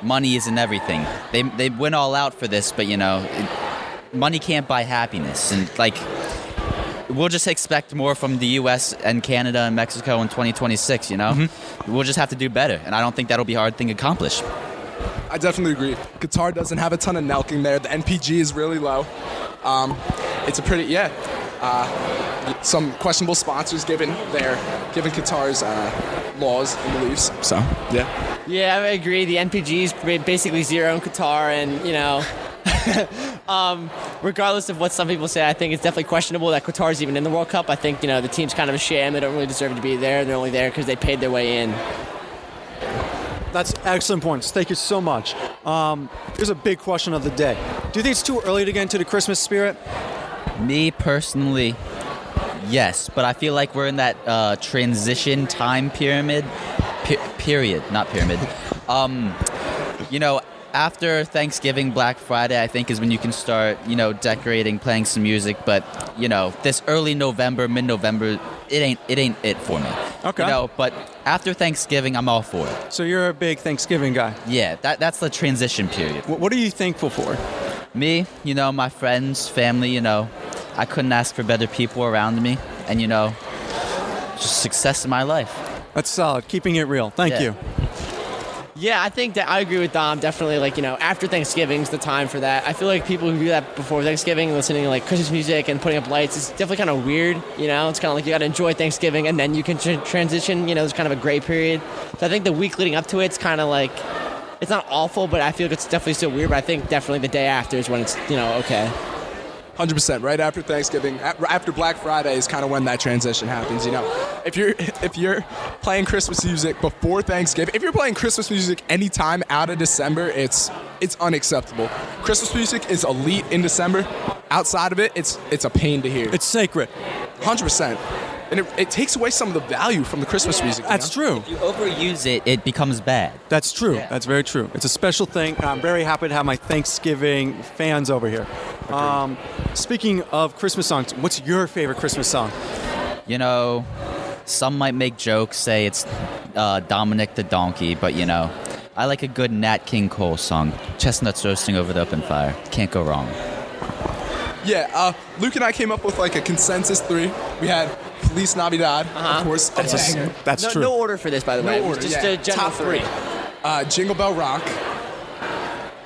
[SPEAKER 11] money isn't everything. They, they went all out for this, but, you know, it, money can't buy happiness. And, like, we'll just expect more from the U.S. and Canada and Mexico in 2026, you know? We'll just have to do better. And I don't think that'll be a hard thing to accomplish.
[SPEAKER 12] I definitely agree. Qatar doesn't have a ton of nelking there. The NPG is really low. Um, it's a pretty yeah. Uh, some questionable sponsors given their given Qatar's uh, laws and beliefs. So yeah.
[SPEAKER 13] Yeah, I agree. The NPG is ba- basically zero in Qatar, and you know, (laughs) um, regardless of what some people say, I think it's definitely questionable that Qatar's even in the World Cup. I think you know the team's kind of a sham. They don't really deserve to be there. They're only there because they paid their way in.
[SPEAKER 8] That's excellent points. Thank you so much. Um, here's a big question of the day. Do you think it's too early to get into the Christmas spirit?
[SPEAKER 11] Me personally, yes, but I feel like we're in that uh, transition time pyramid. Pe- period, not
[SPEAKER 8] (laughs)
[SPEAKER 11] pyramid. um, you know, after Thanksgiving, Black Friday, I think is when you can start, you know, decorating, playing some music. But you know, this early November, mid-November, it ain't it ain't it for me.
[SPEAKER 8] Okay.
[SPEAKER 11] You know, but after Thanksgiving, I'm all for it.
[SPEAKER 8] So you're a big Thanksgiving guy.
[SPEAKER 11] Yeah, that, that's the transition period.
[SPEAKER 8] What, what are you thankful for?
[SPEAKER 11] Me, you know, my friends, family, you know, I couldn't ask for better people around me, and you know, just success in my life.
[SPEAKER 8] That's solid. Keeping it real. Thank
[SPEAKER 11] Yeah.
[SPEAKER 8] you.
[SPEAKER 13] Yeah, I think that I agree with Dom. Definitely, like you know, after Thanksgiving's the time for that. I feel like people who do that before Thanksgiving, listening to like Christmas music and putting up lights, it's definitely kind of weird. You know, it's kind of like you got to enjoy Thanksgiving and then you can tr- transition. You know, there's kind of a gray period. So I think the week leading up to it's kind of like it's not awful, but I feel like it's definitely still weird. But I think definitely the day after is when it's you know okay.
[SPEAKER 12] Hundred percent. Right after Thanksgiving, a- after Black Friday is kind of when that transition happens. You know, if you're (laughs) if you're playing Christmas music before Thanksgiving, if you're playing Christmas music any time out of December, it's it's unacceptable. Christmas music is elite in December. Outside of it, it's it's a pain to hear. It's
[SPEAKER 8] sacred.
[SPEAKER 12] Hundred percent. And it, it takes away some of the value from the Christmas music. you know?
[SPEAKER 8] true.
[SPEAKER 11] If you overuse it, it becomes bad.
[SPEAKER 8] That's true. That's very true. It's a special thing. and I'm very happy to have my Thanksgiving fans over here. Um, speaking of Christmas songs, what's your favorite Christmas song?
[SPEAKER 11] You know, some might make jokes, say it's uh, Dominic the Donkey, but you know, I like a good Nat King Cole song. Chestnuts roasting over the open fire. Can't go wrong.
[SPEAKER 12] Yeah, uh, Luke and I came up with like a consensus three. We had Police Navidad, of course.
[SPEAKER 13] Uh-huh. That's
[SPEAKER 12] a
[SPEAKER 13] a-
[SPEAKER 12] banger.
[SPEAKER 13] that's No- true. no order for this, by the way. It
[SPEAKER 12] No
[SPEAKER 13] was
[SPEAKER 12] order.
[SPEAKER 13] just
[SPEAKER 12] yeah.
[SPEAKER 13] a general
[SPEAKER 12] top three.
[SPEAKER 13] three.
[SPEAKER 12] Uh, Jingle Bell Rock.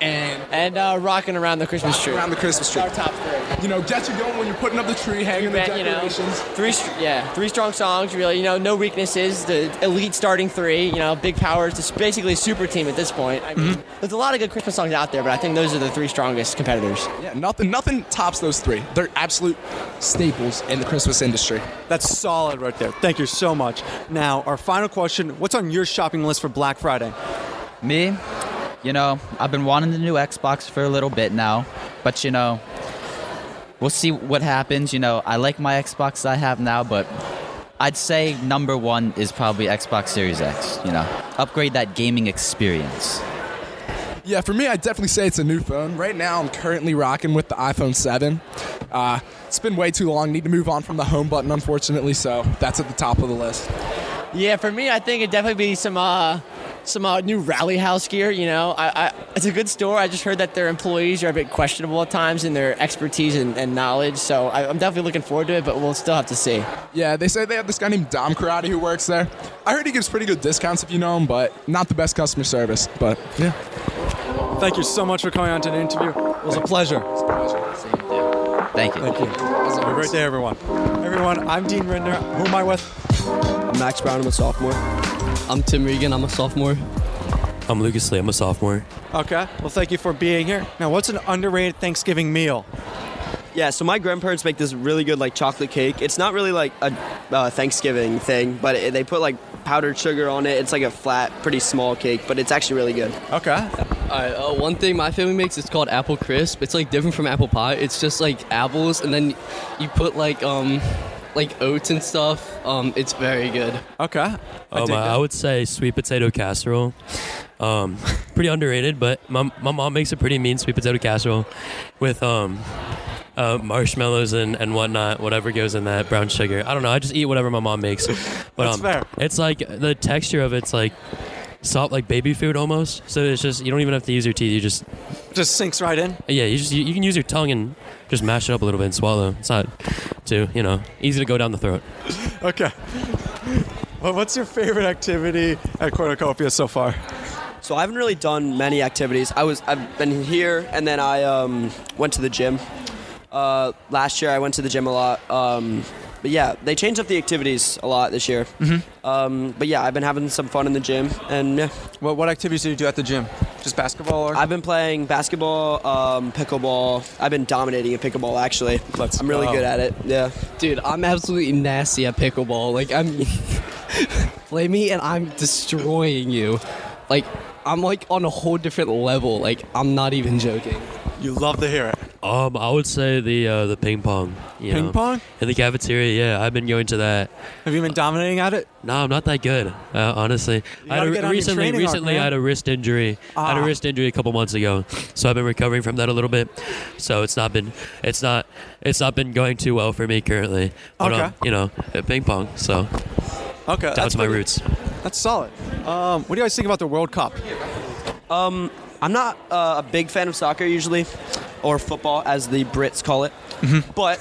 [SPEAKER 12] And
[SPEAKER 13] and uh, rocking around the Christmas tree.
[SPEAKER 12] Around the Christmas tree.
[SPEAKER 13] Our top three.
[SPEAKER 12] You know, get you going when you're putting up the tree, hanging the
[SPEAKER 13] bet, you know.
[SPEAKER 12] decorations.
[SPEAKER 13] Three, str- yeah, three strong songs. Really, you know, no weaknesses. The elite starting three. You know, big powers. It's basically a super team at this point. I mean, there's a lot of good Christmas songs out there, but I think those are the three strongest competitors.
[SPEAKER 12] Yeah, nothing, nothing tops those three. They're absolute staples in the Christmas industry.
[SPEAKER 8] That's solid right there. Thank you so much. Now, our final question what's on your shopping list for Black Friday?
[SPEAKER 11] Me, you know, I've been wanting the new Xbox for a little bit now, but you know, we'll see what happens. You know, I like my Xbox I have now, but I'd say number one is probably Xbox Series X. You know, upgrade that gaming experience.
[SPEAKER 12] Yeah, for me, I definitely say it's a new phone. Right now, I'm currently rocking with the iPhone 7. Uh, it's been way too long. Need to move on from the home button, unfortunately. So that's at the top of the list.
[SPEAKER 13] Yeah, for me, I think it'd definitely be some uh, some uh, new Rally House gear. You know, I, I, it's a good store. I just heard that their employees are a bit questionable at times in their expertise and, and knowledge. So I, I'm definitely looking forward to it, but we'll still have to see.
[SPEAKER 12] Yeah, they say they have this guy named Dom Karate who works there. I heard he gives pretty good discounts if you know him, but not the best customer service. But yeah.
[SPEAKER 8] Thank you so much for coming on to the interview. It was a pleasure.
[SPEAKER 11] Thank you.
[SPEAKER 8] Thank you. Have a great day, everyone. Everyone, I'm Dean Rinder. Who am I with?
[SPEAKER 14] I'm Max Brown. I'm a sophomore. I'm Tim Regan. I'm a sophomore. I'm Lucas Lee. I'm a sophomore.
[SPEAKER 8] Okay. Well, thank you for being here. Now, what's an underrated Thanksgiving meal?
[SPEAKER 14] Yeah, so my grandparents make this really good like chocolate cake. It's not really like a uh, Thanksgiving thing, but it, they put like powdered sugar on it. It's like a flat, pretty small cake, but it's actually really good.
[SPEAKER 8] Okay.
[SPEAKER 14] All right. Uh, one thing my family makes is called apple crisp. It's like different from apple pie. It's just like apples, and then you put like um,
[SPEAKER 15] like oats and stuff. Um, it's very good.
[SPEAKER 8] Okay.
[SPEAKER 14] Oh,
[SPEAKER 16] Um, I, I would say sweet potato casserole. Um, (laughs) pretty underrated, but my, my mom makes a pretty mean sweet potato casserole with um, uh, marshmallows and, and whatnot, whatever goes in that brown sugar. I don't know. I just eat whatever my
[SPEAKER 8] (laughs)
[SPEAKER 16] mom makes. But
[SPEAKER 8] That's
[SPEAKER 16] um,
[SPEAKER 8] fair.
[SPEAKER 16] it's like the texture of it's like salt, like baby food almost. So it's just you don't even have to use your teeth. You just
[SPEAKER 8] Just sinks right in.
[SPEAKER 16] yeah, you just you, you can use your tongue and just mash it up a little bit and swallow. It's not too you know easy to go down the throat.
[SPEAKER 8] Okay. Well, what's your favorite activity at Cornucopia so far?
[SPEAKER 14] So I haven't really done many activities. I was I've been here and then I um, went to the gym. Uh, last year I went to the gym a lot. Um, but yeah, they changed up the activities a lot this year. Mm-hmm. Um, but yeah, I've been having some fun in the gym and yeah.
[SPEAKER 8] What what activities do you do at the gym? Just basketball or?
[SPEAKER 14] I've been playing basketball, um, pickleball. I've been dominating at pickleball actually. Let's I'm really
[SPEAKER 15] go.
[SPEAKER 14] good at it. Yeah.
[SPEAKER 15] Dude, I'm absolutely nasty at pickleball. Like I'm (laughs) play me and I'm destroying you. Like I'm like on a whole different level. Like I'm not even joking.
[SPEAKER 8] You love to hear it.
[SPEAKER 16] Um, I would say the uh, the ping pong. You
[SPEAKER 8] Ping
[SPEAKER 16] know.
[SPEAKER 8] pong?
[SPEAKER 16] in the cafeteria. Yeah, I've been going to that.
[SPEAKER 8] Have you been dominating at it?
[SPEAKER 16] No, I'm not that good, uh, honestly. I
[SPEAKER 8] gotta
[SPEAKER 16] had
[SPEAKER 8] get
[SPEAKER 16] a,
[SPEAKER 8] on your
[SPEAKER 16] recently,
[SPEAKER 8] training arc,
[SPEAKER 16] recently
[SPEAKER 8] man.
[SPEAKER 16] I had a wrist injury. I had
[SPEAKER 8] Ah.
[SPEAKER 16] a wrist injury a couple months ago, so I've been recovering from that a little bit. So it's not been it's not it's not been going too well for me currently. But,
[SPEAKER 8] Okay.
[SPEAKER 16] um, you know, uh, ping pong. So
[SPEAKER 8] Okay.
[SPEAKER 16] down
[SPEAKER 8] that's
[SPEAKER 16] to my
[SPEAKER 8] pretty-
[SPEAKER 16] roots.
[SPEAKER 8] That's solid. Um, what do you guys think about the World Cup?
[SPEAKER 14] Um, I'm not uh, a big fan of soccer usually, or football as the Brits call it.
[SPEAKER 8] Mm-hmm.
[SPEAKER 14] But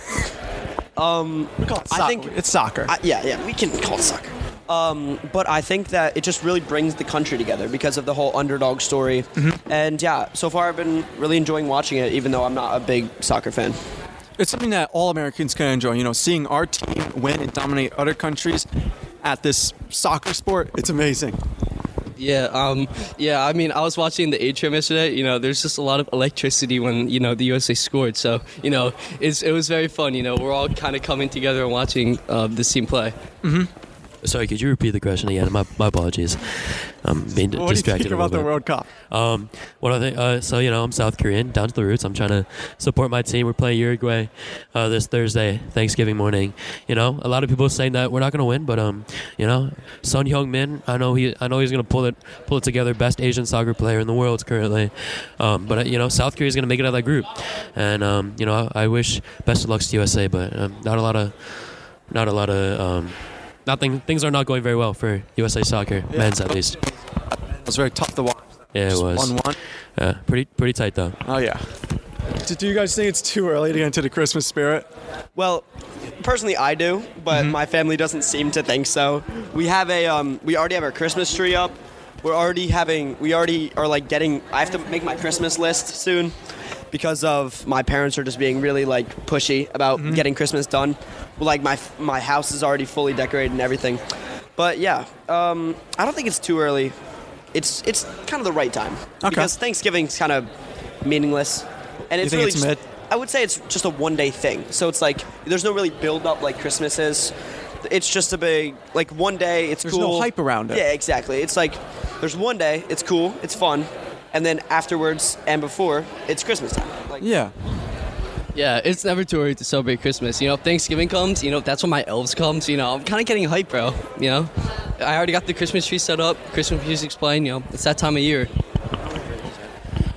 [SPEAKER 14] um, I think
[SPEAKER 8] it's soccer.
[SPEAKER 14] I, yeah, yeah, we can call it soccer. Um, but I think that it just really brings the country together because of the whole underdog story.
[SPEAKER 8] Mm-hmm.
[SPEAKER 14] And yeah, so far I've been really enjoying watching it, even though I'm not a big soccer fan.
[SPEAKER 8] It's something that all Americans can enjoy. You know, seeing our team win and dominate other countries at this soccer sport, it's amazing.
[SPEAKER 15] Yeah, um, yeah. I mean, I was watching the atrium yesterday. You know, there's just a lot of electricity when you know the USA scored. So you know, it's, it was very fun. You know, we're all kind of coming together and watching uh, this team play.
[SPEAKER 16] Sorry, could you repeat the question again? My, my apologies. I'm being
[SPEAKER 15] What do you
[SPEAKER 16] distracted
[SPEAKER 15] think
[SPEAKER 16] a little
[SPEAKER 15] about the
[SPEAKER 16] bit.
[SPEAKER 15] World Cup?
[SPEAKER 16] Um, what I think. Uh, so you know, I'm South Korean, down to the roots. I'm trying to support my team. We're playing Uruguay uh, this Thursday, Thanksgiving morning. You know, a lot of people saying that we're not going to win, but um, you know, Son Hyung Min, I know he, I know he's going to pull it, pull it together. Best Asian soccer player in the world currently. Um, but uh, you know, South Korea's going to make it out of that group, and um, you know, I, I wish best of luck to USA, but um, not a lot of, not a lot of. Um, Nothing. Things are not going very well for USA soccer, men's at least.
[SPEAKER 8] It was very tough to watch.
[SPEAKER 16] Yeah, it
[SPEAKER 8] Just
[SPEAKER 16] was.
[SPEAKER 8] one-one.
[SPEAKER 16] Yeah, pretty pretty tight though.
[SPEAKER 8] Oh yeah. Do, do you guys think it's too early to get into the Christmas spirit?
[SPEAKER 14] Well, personally, I do, but my family doesn't seem to think so. We have a, um, we already have our Christmas tree up. We're already having, we already are like getting. I have to make my Christmas list soon because of my parents are just being really like pushy about getting Christmas done. Like my my house is already fully decorated and everything. But yeah, um, I don't think it's too early. It's it's kind of the right time because Thanksgiving's kind of meaningless, and
[SPEAKER 8] You
[SPEAKER 14] it's
[SPEAKER 8] think
[SPEAKER 14] really
[SPEAKER 8] it's
[SPEAKER 14] just-
[SPEAKER 8] mid?
[SPEAKER 14] I would say it's just a one day thing. So it's like there's no really build up like Christmas is. It's just a big like one day. It's
[SPEAKER 8] There's no
[SPEAKER 14] cool.
[SPEAKER 8] hype around it.
[SPEAKER 14] Yeah, exactly. It's like there's one day. It's cool. It's fun, and then afterwards and before it's Christmas time. Like
[SPEAKER 8] yeah.
[SPEAKER 15] Yeah, it's never too early to celebrate Christmas. You know, if Thanksgiving comes, you know, that's when my elves comes. You know, I'm kind of getting hype, bro. You know, I already got the Christmas tree set up, Christmas music's playing. You know, it's that time of year.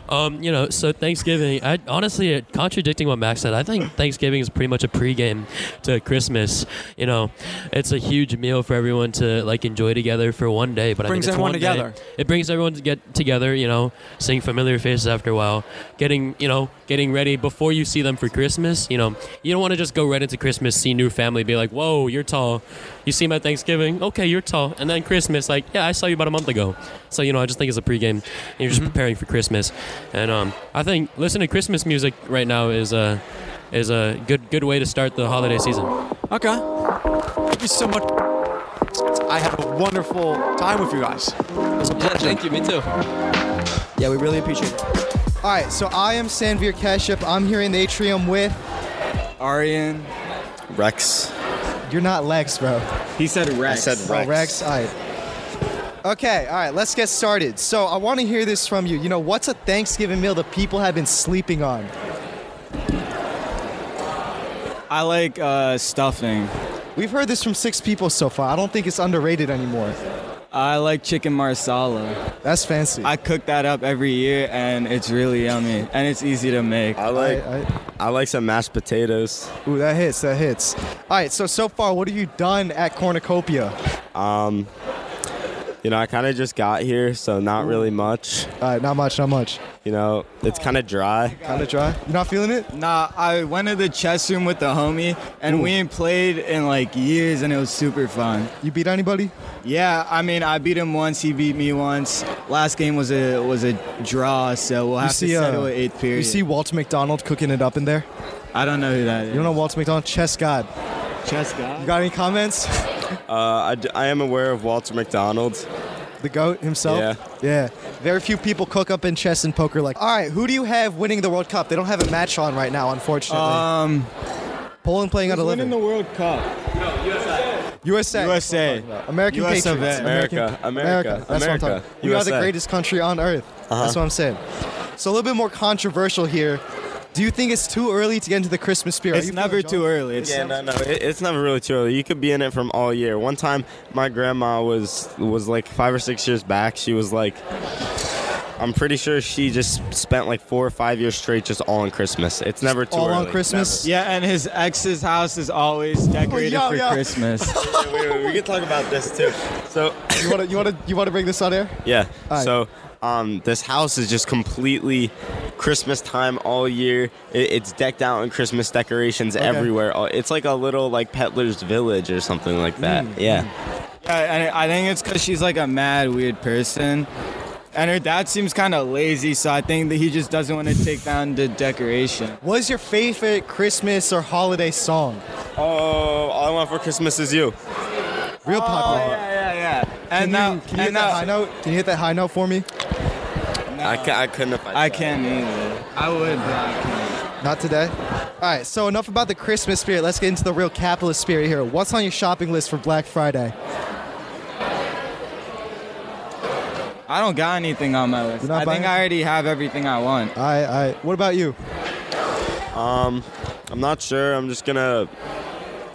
[SPEAKER 16] Um, you know, so Thanksgiving. I honestly, uh, contradicting what Max said, I think Thanksgiving is pretty much a pregame to Christmas. You know, it's a huge meal for everyone to like enjoy together for one day. But
[SPEAKER 8] Brings
[SPEAKER 16] I think it's
[SPEAKER 8] everyone
[SPEAKER 16] one day-
[SPEAKER 8] together.
[SPEAKER 16] It brings everyone to get together. You know, seeing familiar faces after a while, getting you know, getting ready before you see them for Christmas. You know, you don't want to just go right into Christmas, see new family, be like, "Whoa, you're tall." You see my Thanksgiving, okay, you're tall, and then Christmas, like, yeah, I saw you about a month ago. So you know, I just think it's a pregame. And you're just preparing for Christmas, and um, I think listening to Christmas music right now is a is a good good way to start the holiday season.
[SPEAKER 8] Okay. Thank you so much. I had a wonderful time with you guys. It was a pleasure.
[SPEAKER 15] thank you. Me too.
[SPEAKER 14] Yeah, we really appreciate it.
[SPEAKER 1] All right, so I am Sanveer Kashyap. I'm here in the atrium with
[SPEAKER 17] Aryan. Rex.
[SPEAKER 1] You're not Lex, bro.
[SPEAKER 17] He said Rex. I said Rex.
[SPEAKER 1] Oh, Rex. All right. Okay, all right, let's get started. So I want to hear this from you. You know, what's a Thanksgiving meal that people have been sleeping on?
[SPEAKER 17] I like uh, stuffing.
[SPEAKER 1] We've heard this from six people so far. I don't think it's underrated anymore.
[SPEAKER 17] I like chicken marsala.
[SPEAKER 1] That's fancy.
[SPEAKER 17] I cook that up every year, and it's really yummy, and it's easy to make.
[SPEAKER 18] I like I, like some mashed potatoes.
[SPEAKER 1] Ooh, that hits. That hits. All right. So so far, what have you done at Cornucopia?
[SPEAKER 18] Um, you know, I kind of just got here, so not really much.
[SPEAKER 1] All right, not much. Not much.
[SPEAKER 18] You know, it's kind of dry.
[SPEAKER 1] Kind of dry. You not feeling it?
[SPEAKER 17] Nah, I went to the chess room with the homie, and we ain't played in like years, and it was super fun.
[SPEAKER 1] You beat anybody?
[SPEAKER 17] Yeah, I mean, I beat him once. He beat me once. Last game was a was a draw, so we'll have to settle
[SPEAKER 1] uh,
[SPEAKER 17] it eighth period.
[SPEAKER 1] You see Walter McDonald cooking it up in there?
[SPEAKER 17] I don't know who that is.
[SPEAKER 1] You don't know Walter McDonald? Chess God.
[SPEAKER 17] Chess God.
[SPEAKER 1] You got any comments?
[SPEAKER 18] Uh, I, d- I am aware of Walter McDonald.
[SPEAKER 1] The goat himself.
[SPEAKER 18] Yeah.
[SPEAKER 1] Yeah. Very few people cook up in chess and poker like. All right, who do you have winning the World Cup? They don't have a match on right now, unfortunately.
[SPEAKER 17] Um,
[SPEAKER 1] Poland playing out
[SPEAKER 17] who's
[SPEAKER 1] of
[SPEAKER 17] winning
[SPEAKER 1] the World Cup. USA.
[SPEAKER 17] USA.
[SPEAKER 1] American
[SPEAKER 17] USA
[SPEAKER 1] patriots.
[SPEAKER 17] vet.
[SPEAKER 1] American-
[SPEAKER 18] America,
[SPEAKER 1] America.
[SPEAKER 18] America,
[SPEAKER 1] That's what I'm
[SPEAKER 18] America,
[SPEAKER 1] talking. We are the
[SPEAKER 18] USA.
[SPEAKER 1] greatest country on earth.
[SPEAKER 18] Uh-huh.
[SPEAKER 1] That's what I'm saying. So a little bit more controversial here. Do you think it's too early to get into the Christmas spirit?
[SPEAKER 17] It's never too early. It's-
[SPEAKER 18] yeah, no, no, it, it's never really too early. You could be in it from all year. One time, my grandma was was like five or six years back. She was like, I'm pretty sure she just spent like four or five years straight just all on Christmas. It's never too
[SPEAKER 17] All
[SPEAKER 18] early.
[SPEAKER 17] on Christmas. Yeah, and his ex's house is always decorated
[SPEAKER 18] yo,
[SPEAKER 17] for
[SPEAKER 18] yo.
[SPEAKER 17] Christmas.
[SPEAKER 18] Never. Wait, wait, wait, we could talk about this too. So
[SPEAKER 1] you want to you want to you want to bring this on air?
[SPEAKER 18] Yeah.
[SPEAKER 1] All right.
[SPEAKER 18] So um, this house is just completely Christmas time all year. It, it's decked out in Christmas decorations
[SPEAKER 17] Okay.
[SPEAKER 18] everywhere. All- It's like a little like peddler's village or something like that.
[SPEAKER 17] Mm.
[SPEAKER 18] Yeah.
[SPEAKER 17] Yeah, and I think it's because she's like a mad weird person, and her dad seems kind of lazy, so I think that he just doesn't want to take down the decoration.
[SPEAKER 1] What is your favorite Christmas or holiday song?
[SPEAKER 18] Oh, all I want for Christmas is you.
[SPEAKER 1] Real popular.
[SPEAKER 17] oh, yeah, yeah, yeah.
[SPEAKER 1] Can
[SPEAKER 17] And
[SPEAKER 1] you,
[SPEAKER 17] now,
[SPEAKER 1] can you hit
[SPEAKER 17] and
[SPEAKER 1] that
[SPEAKER 17] now,
[SPEAKER 1] high note? Can you hit that high note for me?
[SPEAKER 18] I, ca- I couldn't. Have
[SPEAKER 17] I can't either. I would. uh, But I can't.
[SPEAKER 1] Not today. All right. So enough about the Christmas spirit. Let's get into the real capitalist spirit here. What's on your shopping list for Black Friday?
[SPEAKER 17] I don't got anything on my list.
[SPEAKER 1] You're not
[SPEAKER 17] I think
[SPEAKER 1] buying-
[SPEAKER 17] I already have everything I want.
[SPEAKER 1] I, I. What about you?
[SPEAKER 18] Um, I'm not sure. I'm just gonna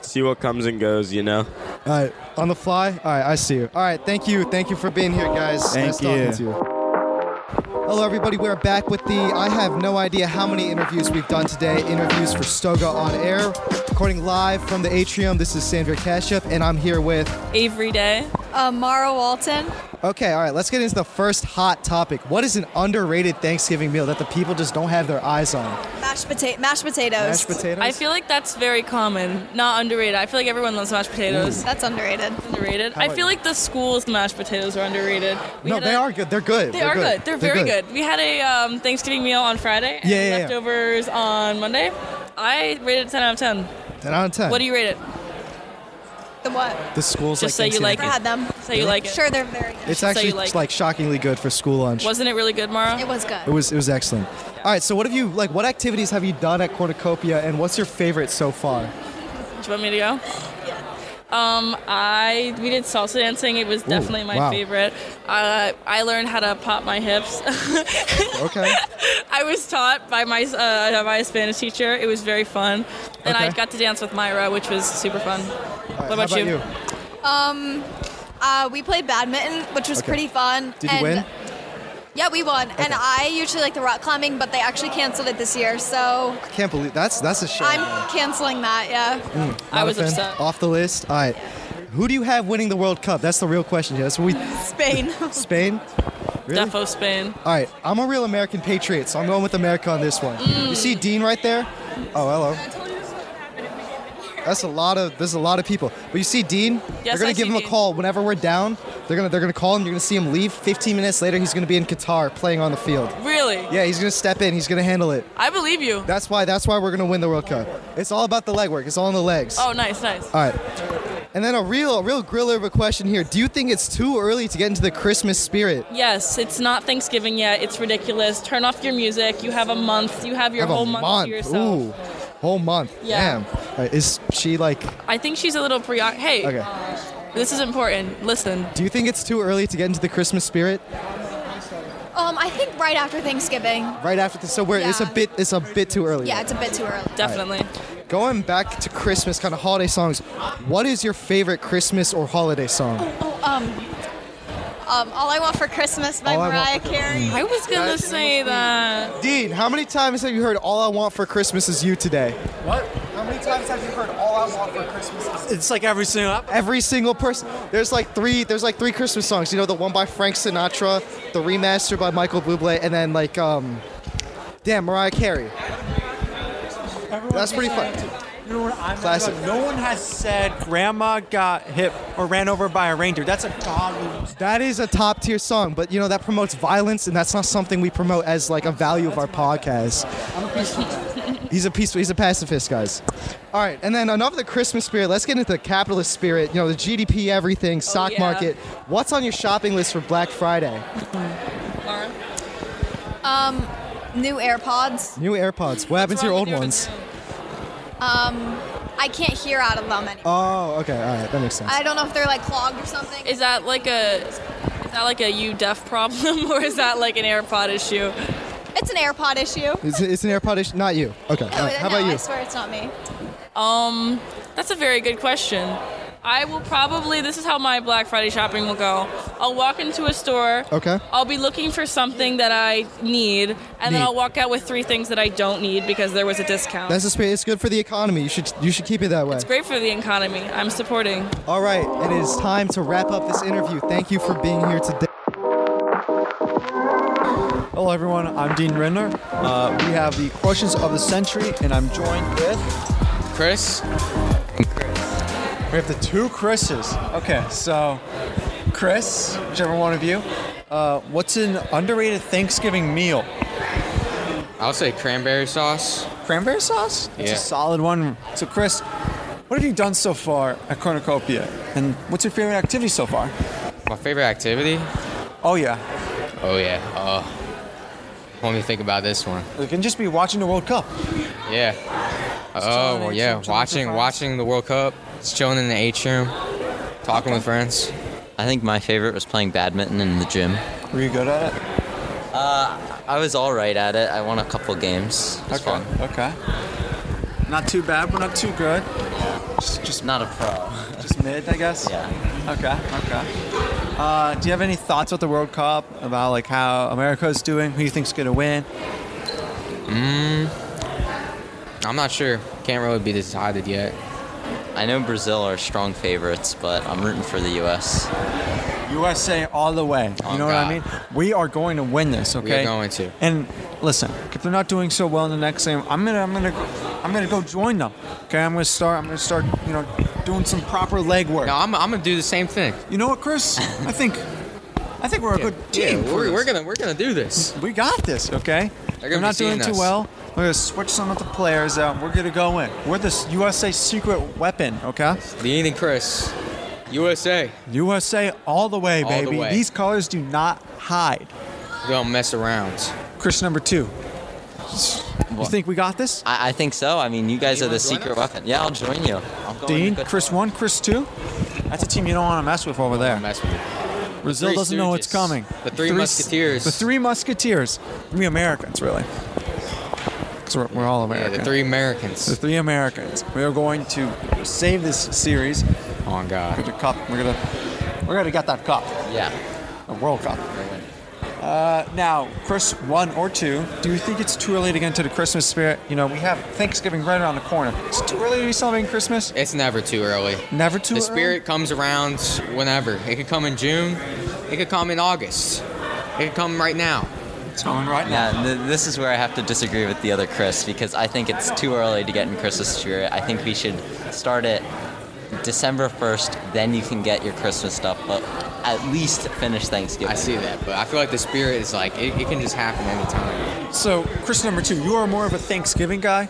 [SPEAKER 18] see what comes and goes. You know.
[SPEAKER 1] All right. On the fly. All right. I see you. All right. Thank you. Thank you for being here, guys.
[SPEAKER 18] Thank
[SPEAKER 1] nice talking
[SPEAKER 18] you.
[SPEAKER 1] to you. Hello, everybody. We're back with the. I have no idea how many interviews we've done today. Interviews for Stoga on air, recording live from the atrium. This is Sandra Kashyap, and I'm here with.
[SPEAKER 19] Avery Day. Uh, Mara Walton.
[SPEAKER 1] Okay, all right, let's get into the first hot topic. What is an underrated Thanksgiving meal that the people just don't have their eyes on?
[SPEAKER 19] Mashed, pota- mashed potatoes.
[SPEAKER 1] Mashed potatoes?
[SPEAKER 19] I feel like that's very common, not underrated. I feel like everyone loves mashed potatoes. That's underrated. Underrated.
[SPEAKER 1] How
[SPEAKER 19] I
[SPEAKER 1] about
[SPEAKER 19] feel like the school's mashed potatoes are underrated. We
[SPEAKER 1] no,
[SPEAKER 19] had
[SPEAKER 1] they
[SPEAKER 19] a-
[SPEAKER 1] are good. They're good.
[SPEAKER 19] They are good. They're, very good. We had a um, Thanksgiving meal on Friday and
[SPEAKER 1] Yeah, yeah, yeah.
[SPEAKER 19] leftovers on Monday. I rated it 10 out of 10.
[SPEAKER 1] 10 out of 10.
[SPEAKER 19] What do you rate it? The what?
[SPEAKER 1] The school's
[SPEAKER 19] Just
[SPEAKER 1] like
[SPEAKER 19] so you like it.
[SPEAKER 1] Thanksgiving.
[SPEAKER 19] them. So you like it. Sure, they're very good.
[SPEAKER 1] It's actually
[SPEAKER 19] so you like,
[SPEAKER 1] like, shockingly good for school lunch.
[SPEAKER 19] Wasn't it really good, Mara? It was good.
[SPEAKER 1] It was it was excellent. All right, so what have you like? What activities have you done at Cornucopia, and what's your favorite so far?
[SPEAKER 19] Do you want me to go? Um, I we did salsa dancing. It was
[SPEAKER 1] Ooh,
[SPEAKER 19] definitely my
[SPEAKER 1] wow.
[SPEAKER 19] favorite. Uh, I learned how to pop my hips. (laughs)
[SPEAKER 1] Okay.
[SPEAKER 19] I was taught by my uh, by a Spanish teacher. It was very fun, and I
[SPEAKER 1] Okay.
[SPEAKER 19] got to dance with Myra, which was super fun. what
[SPEAKER 1] How
[SPEAKER 19] about, you?
[SPEAKER 20] Um, uh, we played badminton, which was
[SPEAKER 1] Okay.
[SPEAKER 20] pretty fun.
[SPEAKER 1] Did you
[SPEAKER 20] and
[SPEAKER 1] win?
[SPEAKER 20] Yeah, we won. And I usually like the rock climbing, but they actually canceled it this year, so
[SPEAKER 1] I can't believe that's that's a shame.
[SPEAKER 20] I'm canceling that. Yeah.
[SPEAKER 1] Mm,
[SPEAKER 20] I
[SPEAKER 1] not a
[SPEAKER 20] was
[SPEAKER 1] fan?
[SPEAKER 20] upset.
[SPEAKER 1] Off the list. All right. Who do you have winning the World Cup? That's the real question here. That's what we.
[SPEAKER 20] (laughs)
[SPEAKER 1] (laughs)
[SPEAKER 20] Spain.
[SPEAKER 1] Spain. Really?
[SPEAKER 19] Defo Spain.
[SPEAKER 1] All right, I'm a real American patriot, so I'm going with America on this one. You see Dean right there? Oh, hello. That's a lot of there's a lot of people, but you see Dean? they're gonna
[SPEAKER 19] I
[SPEAKER 1] give
[SPEAKER 19] see
[SPEAKER 1] him a
[SPEAKER 19] Dean.
[SPEAKER 1] call whenever we're down. They're gonna they're gonna call him. You're gonna see him leave. 15 minutes later, he's gonna be in Qatar playing on the field.
[SPEAKER 19] Really?
[SPEAKER 1] Yeah, he's gonna step in. He's gonna handle it.
[SPEAKER 19] I believe you.
[SPEAKER 1] That's why that's why we're gonna win the World Cup. It's all about the legwork. It's all in the legs.
[SPEAKER 19] Oh, nice, nice.
[SPEAKER 1] All right. And then a real a real griller of a question here. Do you think it's too early to get into the Christmas spirit?
[SPEAKER 19] Yes, it's not Thanksgiving yet. It's ridiculous. Turn off your music. You have a month. You have your
[SPEAKER 1] Have a
[SPEAKER 19] whole month, to yourself.
[SPEAKER 1] Ooh, whole month.
[SPEAKER 19] Yeah.
[SPEAKER 1] Damn. All right, is she like?
[SPEAKER 19] I think she's a little pre. Hey,
[SPEAKER 1] Okay.
[SPEAKER 19] this is important. Listen.
[SPEAKER 1] Do you think it's too early to get into the Christmas spirit?
[SPEAKER 20] Um, I think right after Thanksgiving.
[SPEAKER 1] Oh, Right after the so we're it's a
[SPEAKER 20] Yeah.
[SPEAKER 1] bit it's a bit too early.
[SPEAKER 20] Yeah, it's a bit too early.
[SPEAKER 1] Definitely. Going back to Christmas kind of holiday songs, what is your favorite Christmas or holiday song?
[SPEAKER 20] Oh, um, um, All I Want for Christmas by
[SPEAKER 1] All I Want
[SPEAKER 20] Mariah
[SPEAKER 1] for
[SPEAKER 20] Carey.
[SPEAKER 19] I was gonna say that.
[SPEAKER 1] Dean, how many times have you heard All I Want for Christmas is You today?
[SPEAKER 19] What?
[SPEAKER 1] How many times have you heard All I Want for Christmas is
[SPEAKER 8] It's like every single
[SPEAKER 1] Every single person. There's like three there's like three Christmas songs. You know the one by Frank Sinatra, the remaster by Michael Bublé, and then like um damn, Mariah Carey. That's pretty fun.
[SPEAKER 8] You know what I'm
[SPEAKER 1] Classic.
[SPEAKER 8] No one has said grandma got hit or ran over by a reindeer. That's a godly.
[SPEAKER 1] That is a top tier song, but you know that promotes violence and that's not something we promote as like a value of our podcast. (laughs) He's a peaceful. He's a pacifist, guys. All right, and then enough of the Christmas spirit. Let's get into the capitalist spirit. You know, the GDP, everything, stock
[SPEAKER 20] Oh, yeah.
[SPEAKER 1] market. What's on your shopping list for Black Friday?
[SPEAKER 20] Um, new AirPods.
[SPEAKER 1] New AirPods. What happened to your old ones?
[SPEAKER 20] Um, I can't hear out of them anymore.
[SPEAKER 1] Oh, okay. All right, that makes sense.
[SPEAKER 20] I don't know if they're like clogged or something.
[SPEAKER 19] Is that like a is that like a you deaf problem (laughs) or is that like an AirPod issue?
[SPEAKER 20] It's an AirPod issue.
[SPEAKER 1] It's, it's an AirPod issue, not you. Okay. All right, how
[SPEAKER 20] no,
[SPEAKER 1] about you?
[SPEAKER 20] I swear it's not me.
[SPEAKER 19] Um, that's a very good question. I will probably this is how my Black Friday shopping will go. I'll walk into a store.
[SPEAKER 1] Okay.
[SPEAKER 19] I'll be looking for something that I need, and
[SPEAKER 1] Need.
[SPEAKER 19] then I'll walk out with three things that I don't need because there was a discount.
[SPEAKER 1] That's the spirit. It's good for the economy. You should you should keep it that way.
[SPEAKER 19] it's great for the economy. I'm supporting.
[SPEAKER 1] All right, it is time to wrap up this interview. Thank you for being here today.
[SPEAKER 8] Hello, everyone. I'm Dean Rinder. Uh, we have the questions of the century, and I'm joined with Chris. We have the two Chris's. Okay, so Chris, whichever one of you, uh, what's an underrated Thanksgiving meal?
[SPEAKER 21] I'll say cranberry sauce.
[SPEAKER 8] Cranberry sauce? That's
[SPEAKER 21] Yeah.
[SPEAKER 8] a solid one. So, Chris, what have you done so far at Cornucopia? And what's your favorite activity so far?
[SPEAKER 21] My favorite activity?
[SPEAKER 8] Oh, yeah.
[SPEAKER 21] Oh yeah. Oh. Let me think about this one.
[SPEAKER 8] It can just be watching the World Cup.
[SPEAKER 21] Yeah. Oh well, yeah.
[SPEAKER 8] chilling with
[SPEAKER 21] Watching
[SPEAKER 8] friends.
[SPEAKER 21] watching the World Cup. Just chilling in the atrium, talking with friends.
[SPEAKER 22] I think my favorite was playing badminton in the gym.
[SPEAKER 8] Were you good at it?
[SPEAKER 22] Uh, I was all right at it. I won a couple games. It was fun.
[SPEAKER 8] Okay. Not too bad, but not too good. Just, just
[SPEAKER 22] not a pro.
[SPEAKER 8] Just mid, I guess. Yeah. Okay. Okay. Uh, do you have any thoughts about the World Cup? About like how America's doing? Who you think's gonna win?
[SPEAKER 21] Mm, I'm not sure. Can't really be decided yet.
[SPEAKER 22] I know Brazil are strong favorites, but I'm rooting for the U.S.
[SPEAKER 8] USA all the way. You know what I mean? We are going to win this. Okay.
[SPEAKER 21] Oh, are going to.
[SPEAKER 8] And listen, if they're not doing so well in the next game, I'm gonna, I'm gonna, I'm gonna go join them. Okay. I'm gonna start. I'm gonna start. You know, doing some proper legwork. No,
[SPEAKER 21] I'm, I'm gonna do the same thing.
[SPEAKER 8] You know what, Chris? I think, I think we're a good team.
[SPEAKER 21] Yeah,
[SPEAKER 8] for
[SPEAKER 21] we're,
[SPEAKER 8] this.
[SPEAKER 21] we're gonna we're gonna do this.
[SPEAKER 8] We got this, okay?
[SPEAKER 21] They're gonna
[SPEAKER 8] We're
[SPEAKER 21] be
[SPEAKER 8] not doing
[SPEAKER 21] seeing
[SPEAKER 8] too
[SPEAKER 21] us.
[SPEAKER 8] well. We're gonna switch some of the players out. We're gonna go in. We're the USA secret weapon, okay?
[SPEAKER 21] Dean and Chris, USA.
[SPEAKER 8] USA all the way,
[SPEAKER 21] All the
[SPEAKER 8] baby.
[SPEAKER 21] way.
[SPEAKER 8] These colors do not hide.
[SPEAKER 21] We don't mess around.
[SPEAKER 8] Chris number two. You think we got this?
[SPEAKER 22] I, I think so. I mean, you guys are the secret weapon. Yeah, I'll join you. I'm going
[SPEAKER 8] Dean,
[SPEAKER 22] to go-
[SPEAKER 8] Chris one, Chris two. That's a team you don't want to mess with over there.
[SPEAKER 21] Mess with.
[SPEAKER 8] Brazil
[SPEAKER 21] Three
[SPEAKER 8] doesn't know what's
[SPEAKER 21] Stooges.
[SPEAKER 8] coming.
[SPEAKER 21] The Three Musketeers.
[SPEAKER 8] The three musketeers. Three Americans, really. 'Cause we're, we're all
[SPEAKER 21] Yeah,
[SPEAKER 8] American.
[SPEAKER 21] the three Americans.
[SPEAKER 8] The three Americans. We are going to save this series.
[SPEAKER 21] Oh God!
[SPEAKER 8] We're gonna cup. We're gonna. We're gonna get that cup.
[SPEAKER 21] Yeah.
[SPEAKER 8] A World Cup. Uh, now, Chris, one or two. Do you think it's too early to get into the Christmas spirit? You know, we have Thanksgiving right around the corner. It's too early to be celebrating Christmas.
[SPEAKER 21] It's never too early.
[SPEAKER 8] Never too
[SPEAKER 21] The
[SPEAKER 8] early?
[SPEAKER 21] spirit comes around whenever. It could come in June. It could come in August. It could come right now.
[SPEAKER 8] It's coming right
[SPEAKER 22] Yeah, th- this is where I have to disagree with the other Chris because I think it's too early to get in Christmas spirit. I think we should start it December 1st, then you can get your Christmas stuff, but at least finish Thanksgiving. I
[SPEAKER 21] see that, but I feel like the spirit is like, it, it can just happen anytime.
[SPEAKER 8] So, Chris number two, you are more of a Thanksgiving guy.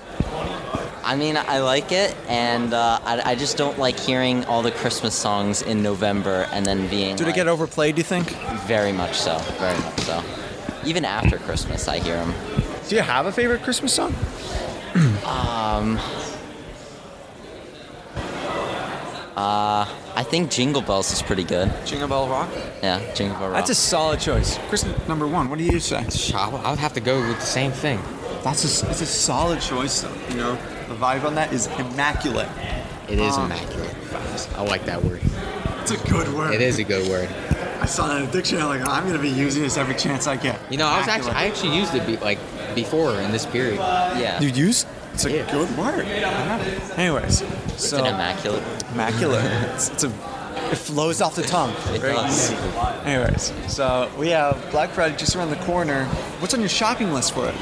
[SPEAKER 22] I mean, I like it, and uh, I, I just don't like hearing all the Christmas songs in November and then being.
[SPEAKER 8] Do they
[SPEAKER 22] like,
[SPEAKER 8] get overplayed? Do you think?
[SPEAKER 22] Very much so. Very much so. Even after Christmas, I hear them.
[SPEAKER 8] Do you have a favorite Christmas song?
[SPEAKER 22] (clears throat) Um. Uh, I think Jingle Bells is pretty good.
[SPEAKER 8] Jingle Bell Rock.
[SPEAKER 22] Yeah, Jingle Bell Rock.
[SPEAKER 8] That's a solid choice. Chris number one, what do you say?
[SPEAKER 21] I would have to go with the same thing.
[SPEAKER 8] That's a, it's a solid choice, though, you know? The vibe on that is immaculate.
[SPEAKER 21] It is
[SPEAKER 8] Um,
[SPEAKER 21] immaculate. I like that word.
[SPEAKER 8] It's a good word.
[SPEAKER 21] It is a good word.
[SPEAKER 8] I saw that in the dictionary. I'm like, I'm gonna be using this every chance I get.
[SPEAKER 21] You know, I was actually I actually used it be, like before in this period. Yeah.
[SPEAKER 8] You use? It's a good word. Anyways,
[SPEAKER 22] It's
[SPEAKER 8] so
[SPEAKER 22] an immaculate.
[SPEAKER 8] immaculate. it's, it's a it flows off the
[SPEAKER 21] (laughs)
[SPEAKER 8] tongue.
[SPEAKER 22] It
[SPEAKER 8] Very
[SPEAKER 22] does.
[SPEAKER 8] easy. Anyways, so we have Black Friday just around the corner. What's on your shopping list for it?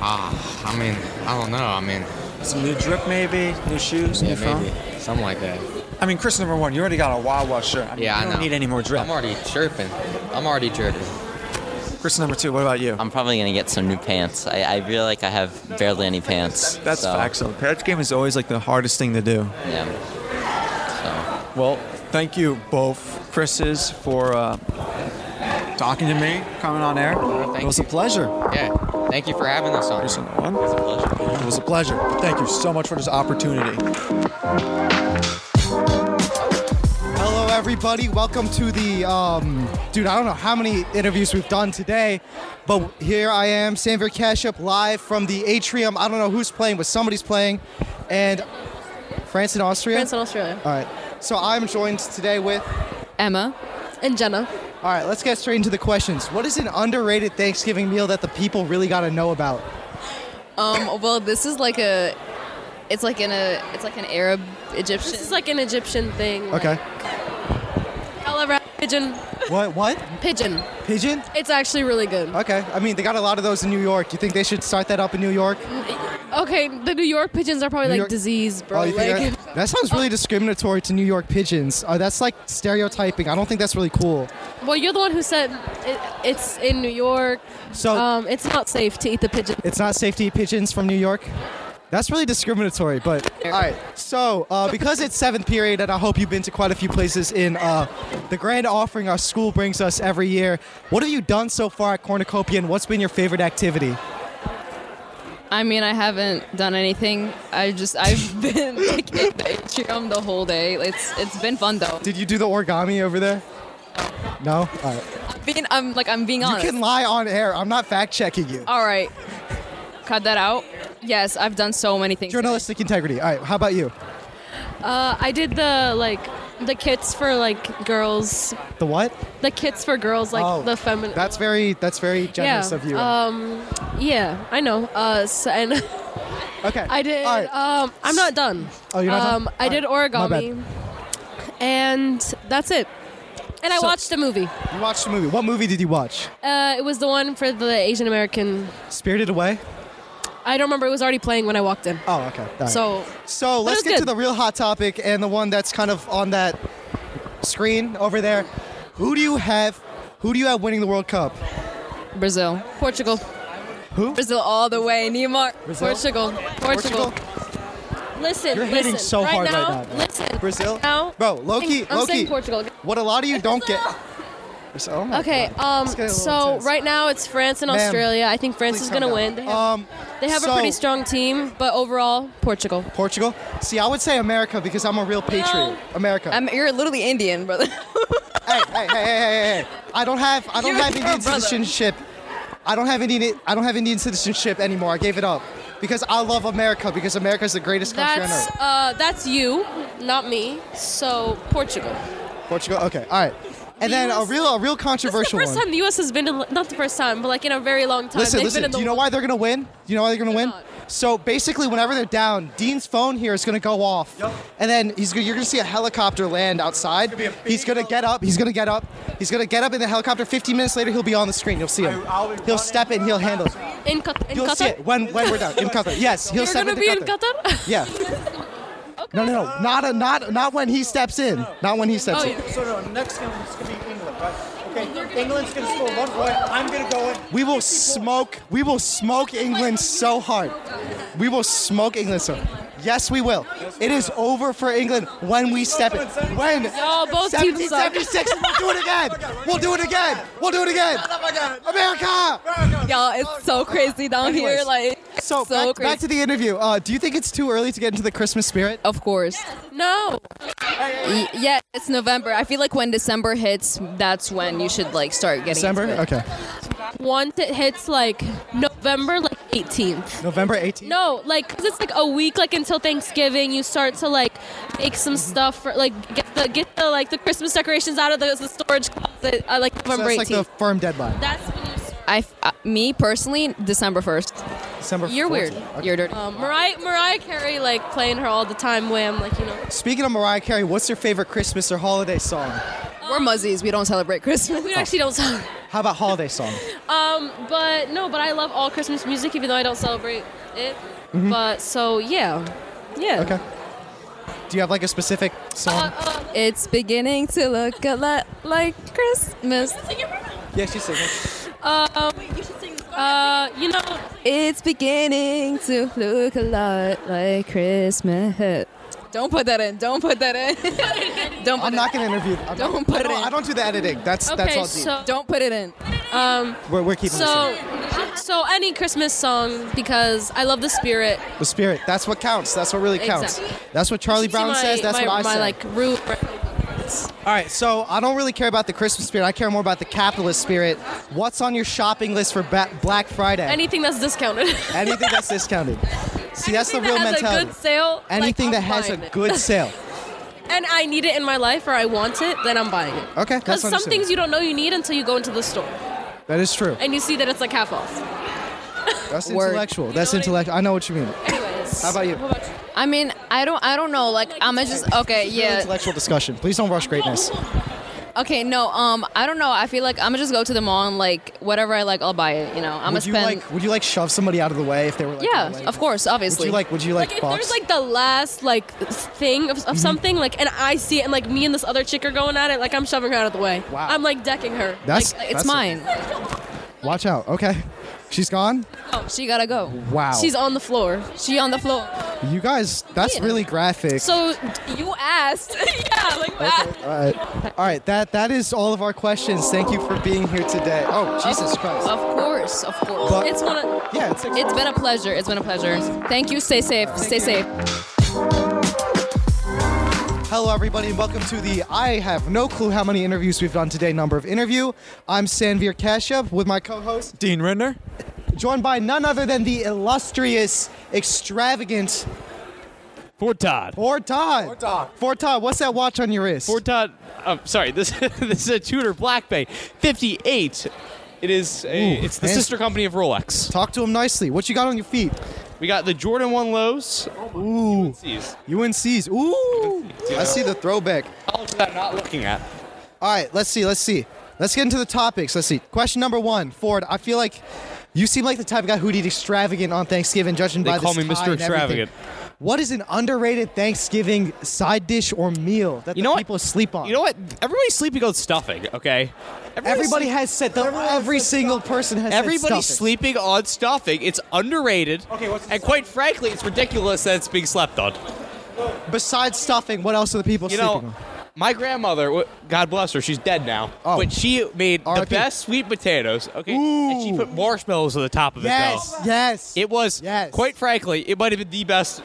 [SPEAKER 21] Ah, I mean, I don't know. I mean,
[SPEAKER 8] Some new drip, maybe new shoes,
[SPEAKER 21] yeah,
[SPEAKER 8] new phone.
[SPEAKER 21] maybe something like that.
[SPEAKER 8] I mean, Chris number one. You already got a Wawa shirt. I
[SPEAKER 21] Yeah,
[SPEAKER 8] mean, you
[SPEAKER 21] I
[SPEAKER 8] don't
[SPEAKER 21] know.
[SPEAKER 8] need any more drip.
[SPEAKER 21] I'm already chirping. I'm already chirping.
[SPEAKER 8] Chris number two. What about you?
[SPEAKER 22] I'm probably gonna get some new pants. I, I feel like I have barely any pants.
[SPEAKER 8] That's
[SPEAKER 22] so.
[SPEAKER 8] facts. Though. Patch game is always like the hardest thing to do.
[SPEAKER 22] Yeah.
[SPEAKER 8] Well, thank you both, Chris's, for uh, talking to me, coming on air. it was a pleasure.
[SPEAKER 21] Yeah. Thank you for having us on.
[SPEAKER 8] It was a pleasure. It was a pleasure. Thank you so much for this opportunity.
[SPEAKER 1] Hello, everybody. Welcome to the um, dude. I don't know how many interviews we've done today, but here I am, Sanver Kashyap, live from the atrium. I don't know who's playing, but somebody's playing, and France and Austria.
[SPEAKER 23] France and Australia.
[SPEAKER 1] All right. So I'm joined today with
[SPEAKER 24] Emma and Jenna.
[SPEAKER 1] All right. Let's get straight into the questions. What is an underrated Thanksgiving meal that the people really got to know about?
[SPEAKER 24] Um, well, this is like a, it's like in a, it's like an Arab Egyptian. This is like an Egyptian thing. like
[SPEAKER 1] Okay.
[SPEAKER 24] Colorado pigeon.
[SPEAKER 1] What? What?
[SPEAKER 24] Pigeon.
[SPEAKER 1] Pigeon?
[SPEAKER 24] It's actually really good.
[SPEAKER 1] Okay. I mean, they got a lot of those in New York. You think they should start that up in New York?
[SPEAKER 24] Okay, the New York pigeons are probably
[SPEAKER 1] New
[SPEAKER 24] like
[SPEAKER 1] York-
[SPEAKER 24] disease, bro.
[SPEAKER 1] Oh, you think
[SPEAKER 24] like, (laughs)
[SPEAKER 1] that, that sounds really discriminatory to New York pigeons. Uh, that's like stereotyping. I don't think that's really cool.
[SPEAKER 24] (laughs) well, you're the one who said it, it's in New York.
[SPEAKER 1] So
[SPEAKER 24] um, it's not safe to eat the pigeon.
[SPEAKER 1] It's not safe to eat pigeons from New York. That's really discriminatory, but all right. So, uh, because it's seventh period, and I hope you've been to quite a few places in uh, the grand offering our school brings us every year. What have you done so far at Cornucopia, and what's been your favorite activity?
[SPEAKER 24] I mean, I haven't done anything. I just I've (laughs) been like in the atrium the whole day. It's it's been fun though.
[SPEAKER 1] Did you do the origami over there? No. All right.
[SPEAKER 24] Being I'm like I'm being honest.
[SPEAKER 1] You can lie on air. I'm not fact checking you.
[SPEAKER 24] All right. Cut that out. Yes, I've done so many things.
[SPEAKER 1] Journalistic integrity. All right. How about you?
[SPEAKER 24] Uh, I did the like the kits for like girls,
[SPEAKER 1] The what?
[SPEAKER 24] the kits for girls, like
[SPEAKER 1] Oh,
[SPEAKER 24] the feminine.
[SPEAKER 1] That's very. That's very generous
[SPEAKER 24] yeah.
[SPEAKER 1] of you.
[SPEAKER 24] Um, yeah, I know. Uh, so, and (laughs)
[SPEAKER 1] okay,
[SPEAKER 24] I did. Um, I'm not done.
[SPEAKER 1] Oh, you're not done?
[SPEAKER 24] um, I
[SPEAKER 1] All
[SPEAKER 24] did
[SPEAKER 1] right, my bad.
[SPEAKER 24] origami, and that's it. And I
[SPEAKER 1] So-
[SPEAKER 24] watched a movie.
[SPEAKER 1] you watched a movie. What movie did you watch?
[SPEAKER 24] Uh, it was the one for the Asian American.
[SPEAKER 1] Spirited Away.
[SPEAKER 24] I don't remember. It was already playing when I walked in.
[SPEAKER 1] Oh, okay. All right.
[SPEAKER 24] So,
[SPEAKER 1] So
[SPEAKER 24] but it
[SPEAKER 1] let's
[SPEAKER 24] was
[SPEAKER 1] get to
[SPEAKER 24] good.
[SPEAKER 1] the real hot topic and the one that's kind of on that screen over there. Who do you have? Who do you have winning the World Cup?
[SPEAKER 24] Brazil, Portugal.
[SPEAKER 1] Who?
[SPEAKER 24] Brazil all the way. Neymar.
[SPEAKER 1] Brazil?
[SPEAKER 24] Portugal. Portugal. Listen,
[SPEAKER 1] You're hating
[SPEAKER 24] listen.
[SPEAKER 1] so
[SPEAKER 24] right
[SPEAKER 1] hard
[SPEAKER 24] now,
[SPEAKER 1] right now.
[SPEAKER 24] Listen.
[SPEAKER 1] Brazil.
[SPEAKER 24] Now,
[SPEAKER 1] Bro, Loki.
[SPEAKER 24] I'm, I'm
[SPEAKER 1] Loki.
[SPEAKER 24] saying Portugal.
[SPEAKER 1] What a lot of you don't get. Oh my
[SPEAKER 24] Okay.
[SPEAKER 1] God.
[SPEAKER 24] Um.
[SPEAKER 1] It's getting a little
[SPEAKER 24] So
[SPEAKER 1] intense.
[SPEAKER 24] right now it's France and
[SPEAKER 1] Ma'am,
[SPEAKER 24] Australia. I think France
[SPEAKER 1] please
[SPEAKER 24] is
[SPEAKER 1] calm
[SPEAKER 24] gonna
[SPEAKER 1] down.
[SPEAKER 24] win. They have,
[SPEAKER 1] Um,
[SPEAKER 24] they have
[SPEAKER 1] so-
[SPEAKER 24] a pretty strong team, but overall, Portugal.
[SPEAKER 1] Portugal. See, I would say America because I'm a real patriot. America.
[SPEAKER 24] I'm- you're literally Indian, brother.
[SPEAKER 1] hey, hey, hey, hey, hey, hey! I don't have I don't
[SPEAKER 24] You're your
[SPEAKER 1] have Indian
[SPEAKER 24] brother.
[SPEAKER 1] citizenship. I don't have Indian I don't have Indian citizenship anymore. I gave it up because I love America because America is the greatest country on
[SPEAKER 24] That's
[SPEAKER 1] earth.
[SPEAKER 24] uh. That's you, not me. So Portugal.
[SPEAKER 1] Portugal. Okay, all right. And then a real a real
[SPEAKER 24] It's the
[SPEAKER 1] controversial
[SPEAKER 24] first
[SPEAKER 1] one.
[SPEAKER 24] time the U.S. has been in, not the first time, but like in a very long time.
[SPEAKER 1] Listen,
[SPEAKER 24] They've
[SPEAKER 1] listen.
[SPEAKER 24] Been in the
[SPEAKER 1] Do you know why they're gonna win? Do you know why they're gonna win? So basically, whenever they're down, Dean's phone here is gonna go off, and then he's gonna, you're gonna see a helicopter land outside. he's gonna get up. He's gonna get up. He's gonna get up in the helicopter. 15 minutes later, he'll be on the screen. You'll see him. he'll step in. He'll handle. It.
[SPEAKER 24] in, Qat- in
[SPEAKER 1] You'll
[SPEAKER 24] Qatar.
[SPEAKER 1] see it when when we're done in Qatar. Yes, he'll
[SPEAKER 24] You're
[SPEAKER 1] step
[SPEAKER 24] gonna
[SPEAKER 1] into
[SPEAKER 24] be
[SPEAKER 1] Qatar.
[SPEAKER 24] in Qatar. (laughs)
[SPEAKER 1] Yeah. No, no, no, not a, not not when he steps in. Not when he
[SPEAKER 24] Oh,
[SPEAKER 1] steps in.
[SPEAKER 8] So no, next game is gonna be England, right? Okay, England's gonna score one point. I'm gonna go in.
[SPEAKER 1] We will smoke. We will smoke England so hard. We will smoke England so. Yes, we will. It is over for England when we step it. When
[SPEAKER 24] Yo, both teams suck.
[SPEAKER 1] 1776, we'll do it again. We'll do it again. We'll do it again. America!
[SPEAKER 24] Y'all, it's so crazy down here.
[SPEAKER 1] Anyways,
[SPEAKER 24] Like, (laughs)
[SPEAKER 1] so,
[SPEAKER 24] so
[SPEAKER 1] back,
[SPEAKER 24] crazy.
[SPEAKER 1] back to the interview. Uh, do you think it's too early to get into the Christmas spirit?
[SPEAKER 24] Of course. No. Y- yeah, it's November. I feel like when December hits, that's when you should like start getting
[SPEAKER 1] December.
[SPEAKER 24] into it.
[SPEAKER 1] Okay.
[SPEAKER 24] Once it hits like November, like 18th.
[SPEAKER 1] November 18th.
[SPEAKER 24] No, like, cause it's like a week, like until Thanksgiving. You start to like make some
[SPEAKER 1] Mm-hmm.
[SPEAKER 24] stuff for like get the get the like the Christmas decorations out of the, the storage closet. I like
[SPEAKER 1] So
[SPEAKER 24] November
[SPEAKER 1] that's like
[SPEAKER 24] 18th.
[SPEAKER 1] the firm deadline.
[SPEAKER 24] That's when you
[SPEAKER 3] I, f- uh, me personally, December first.
[SPEAKER 1] December.
[SPEAKER 24] You're weird.
[SPEAKER 1] 14th.
[SPEAKER 3] You're dirty.
[SPEAKER 24] Um, Mariah Mariah Carey like playing her all the time. Wham, like you know.
[SPEAKER 1] Speaking of Mariah Carey, what's your favorite Christmas or holiday song?
[SPEAKER 3] We're muzzies. We don't celebrate Christmas.
[SPEAKER 24] Um, We actually don't celebrate.
[SPEAKER 1] How about holiday song?
[SPEAKER 24] Um, but no, but I love all Christmas music, even though I don't celebrate it.
[SPEAKER 1] Mhm.
[SPEAKER 24] But so yeah, yeah. Uh,
[SPEAKER 1] Okay. Do you have like a specific song?
[SPEAKER 3] It's beginning to look a lot like Christmas.
[SPEAKER 24] uh,
[SPEAKER 1] yeah, she's singing.
[SPEAKER 24] Um, uh, you know,
[SPEAKER 3] It's beginning to look a lot like Christmas. Don't put that in. Don't put that
[SPEAKER 1] (laughs)
[SPEAKER 3] in. don't. Put
[SPEAKER 1] I'm
[SPEAKER 3] it
[SPEAKER 1] not gonna interview. I'm
[SPEAKER 3] Don't
[SPEAKER 1] not-
[SPEAKER 3] put
[SPEAKER 1] I
[SPEAKER 3] it in.
[SPEAKER 1] I don't do the editing. That's that's
[SPEAKER 24] okay,
[SPEAKER 1] all. deep.
[SPEAKER 24] so don't put it in. Um,
[SPEAKER 1] We're, we're keeping
[SPEAKER 24] so so any Christmas song because I love the spirit.
[SPEAKER 1] this in. the spirit. That's what counts. That's what really counts.
[SPEAKER 24] Exactly.
[SPEAKER 1] That's what Charlie
[SPEAKER 24] You see
[SPEAKER 1] Brown
[SPEAKER 24] my-
[SPEAKER 1] says. That's
[SPEAKER 24] my,
[SPEAKER 1] what I
[SPEAKER 24] my
[SPEAKER 1] say.
[SPEAKER 24] like root.
[SPEAKER 1] All right, so I don't really care about the Christmas spirit. I care more about the capitalist spirit. What's on your shopping list for ba- Black Friday?
[SPEAKER 24] Anything that's discounted.
[SPEAKER 1] Anything (laughs) that's discounted. See, that's the
[SPEAKER 24] Anything
[SPEAKER 1] real
[SPEAKER 24] that has
[SPEAKER 1] mentality.
[SPEAKER 24] a good sale. like,
[SPEAKER 1] Anything
[SPEAKER 24] I'm
[SPEAKER 1] that has a
[SPEAKER 24] buying it. (laughs)
[SPEAKER 1] good sale.
[SPEAKER 24] and I need it in my life or I want it, then I'm buying it.
[SPEAKER 1] Okay,
[SPEAKER 24] Because
[SPEAKER 1] that's
[SPEAKER 24] some
[SPEAKER 1] understandable.
[SPEAKER 24] things you don't know you need until you go into the store
[SPEAKER 1] That is true.
[SPEAKER 24] and you see that it's like half off.
[SPEAKER 1] That's
[SPEAKER 24] Word.
[SPEAKER 1] intellectual. That's intellectual. I know what you mean.
[SPEAKER 24] Anyways.
[SPEAKER 1] How about you?
[SPEAKER 3] I mean, I don't. I don't know. Like, I'm just okay. Yeah.
[SPEAKER 1] Intellectual discussion. Please don't rush greatness.
[SPEAKER 3] Okay, no, um, I don't know. I feel like I'm gonna just go to the mall and like whatever I like, I'll buy it. You know, I'm gonna
[SPEAKER 1] would you
[SPEAKER 3] spend.
[SPEAKER 1] like? Would you like shove somebody out of the way if they were like? in the
[SPEAKER 24] yeah,
[SPEAKER 1] way?
[SPEAKER 24] of course, obviously.
[SPEAKER 1] Would you like? Would you like?
[SPEAKER 24] if
[SPEAKER 1] box? Mm-hmm.
[SPEAKER 24] there's like the last like thing of, of something, like, and I see it, and like me and this other chick are going at it, like I'm shoving her out of the way. Wow. I'm like decking her.
[SPEAKER 1] That's-
[SPEAKER 24] like, it's
[SPEAKER 1] that's-
[SPEAKER 24] mine.
[SPEAKER 1] Watch out. Okay, she's gone.
[SPEAKER 24] Oh, she gotta go.
[SPEAKER 1] Wow.
[SPEAKER 24] She's on the floor. She on the floor.
[SPEAKER 1] You guys, that's
[SPEAKER 24] Yeah.
[SPEAKER 1] really graphic.
[SPEAKER 24] So you asked. (laughs) yeah, like that.
[SPEAKER 1] All right. All right. That that is all of our questions. Thank you for being here today. Oh, Jesus
[SPEAKER 24] of,
[SPEAKER 1] Christ.
[SPEAKER 24] Of course, of course.
[SPEAKER 1] But-
[SPEAKER 24] it's one of,
[SPEAKER 1] Yeah, it's
[SPEAKER 24] It's been a pleasure. It's been a pleasure. Thank you. Stay safe. Stay safe.
[SPEAKER 1] Hello, everybody, and welcome to the I have no clue how many interviews we've done today number of interview. I'm Sanveer Kashyap with my co host, Dean Rinder, joined by none other than the illustrious, extravagant.
[SPEAKER 25] Fort Todd.
[SPEAKER 1] Fort Todd. Fort Todd. Fort Todd, what's that watch on your wrist? Fort
[SPEAKER 25] Todd. I'm Um, sorry. This (laughs) this is a Tudor Black Bay 58. It is a,
[SPEAKER 1] Ooh,
[SPEAKER 25] it's the
[SPEAKER 1] fancy.
[SPEAKER 25] sister company of Rolex.
[SPEAKER 1] Talk to him nicely. What you got on your feet?
[SPEAKER 25] We got the Jordan 1 lows.
[SPEAKER 1] Ooh.
[SPEAKER 25] UNCs.
[SPEAKER 1] UNC's. Ooh. I see the throwback.
[SPEAKER 25] College that I'm not looking at.
[SPEAKER 1] All right, let's see, let's see. Let's get into the topics. Let's see. Question number one, Ford. I feel like you seem like the type of guy who'd eat extravagant on Thanksgiving, judging
[SPEAKER 25] They
[SPEAKER 1] by
[SPEAKER 25] call
[SPEAKER 1] this
[SPEAKER 25] me Mr.
[SPEAKER 1] tie and everything.
[SPEAKER 25] Extravagant.
[SPEAKER 1] What is an underrated Thanksgiving side dish or meal that the people sleep on?
[SPEAKER 25] You know what? Everybody's sleeping on stuffing. Okay.
[SPEAKER 1] Everybody has said the, every single person has said
[SPEAKER 25] Everybody's
[SPEAKER 1] stuffing.
[SPEAKER 25] sleeping on stuffing. It's underrated. Okay, what's and quite frankly, it's ridiculous that it's being slept on.
[SPEAKER 1] Besides stuffing, what else are the people
[SPEAKER 25] You
[SPEAKER 1] sleeping
[SPEAKER 25] know,
[SPEAKER 1] on?
[SPEAKER 25] my grandmother, wh- God bless her, she's dead now.
[SPEAKER 1] Oh.
[SPEAKER 25] But she made the best sweet potatoes. Okay, and she put marshmallows on the top of
[SPEAKER 1] Yes,
[SPEAKER 25] it. though.
[SPEAKER 1] yes.
[SPEAKER 25] It was quite frankly, it might have been the best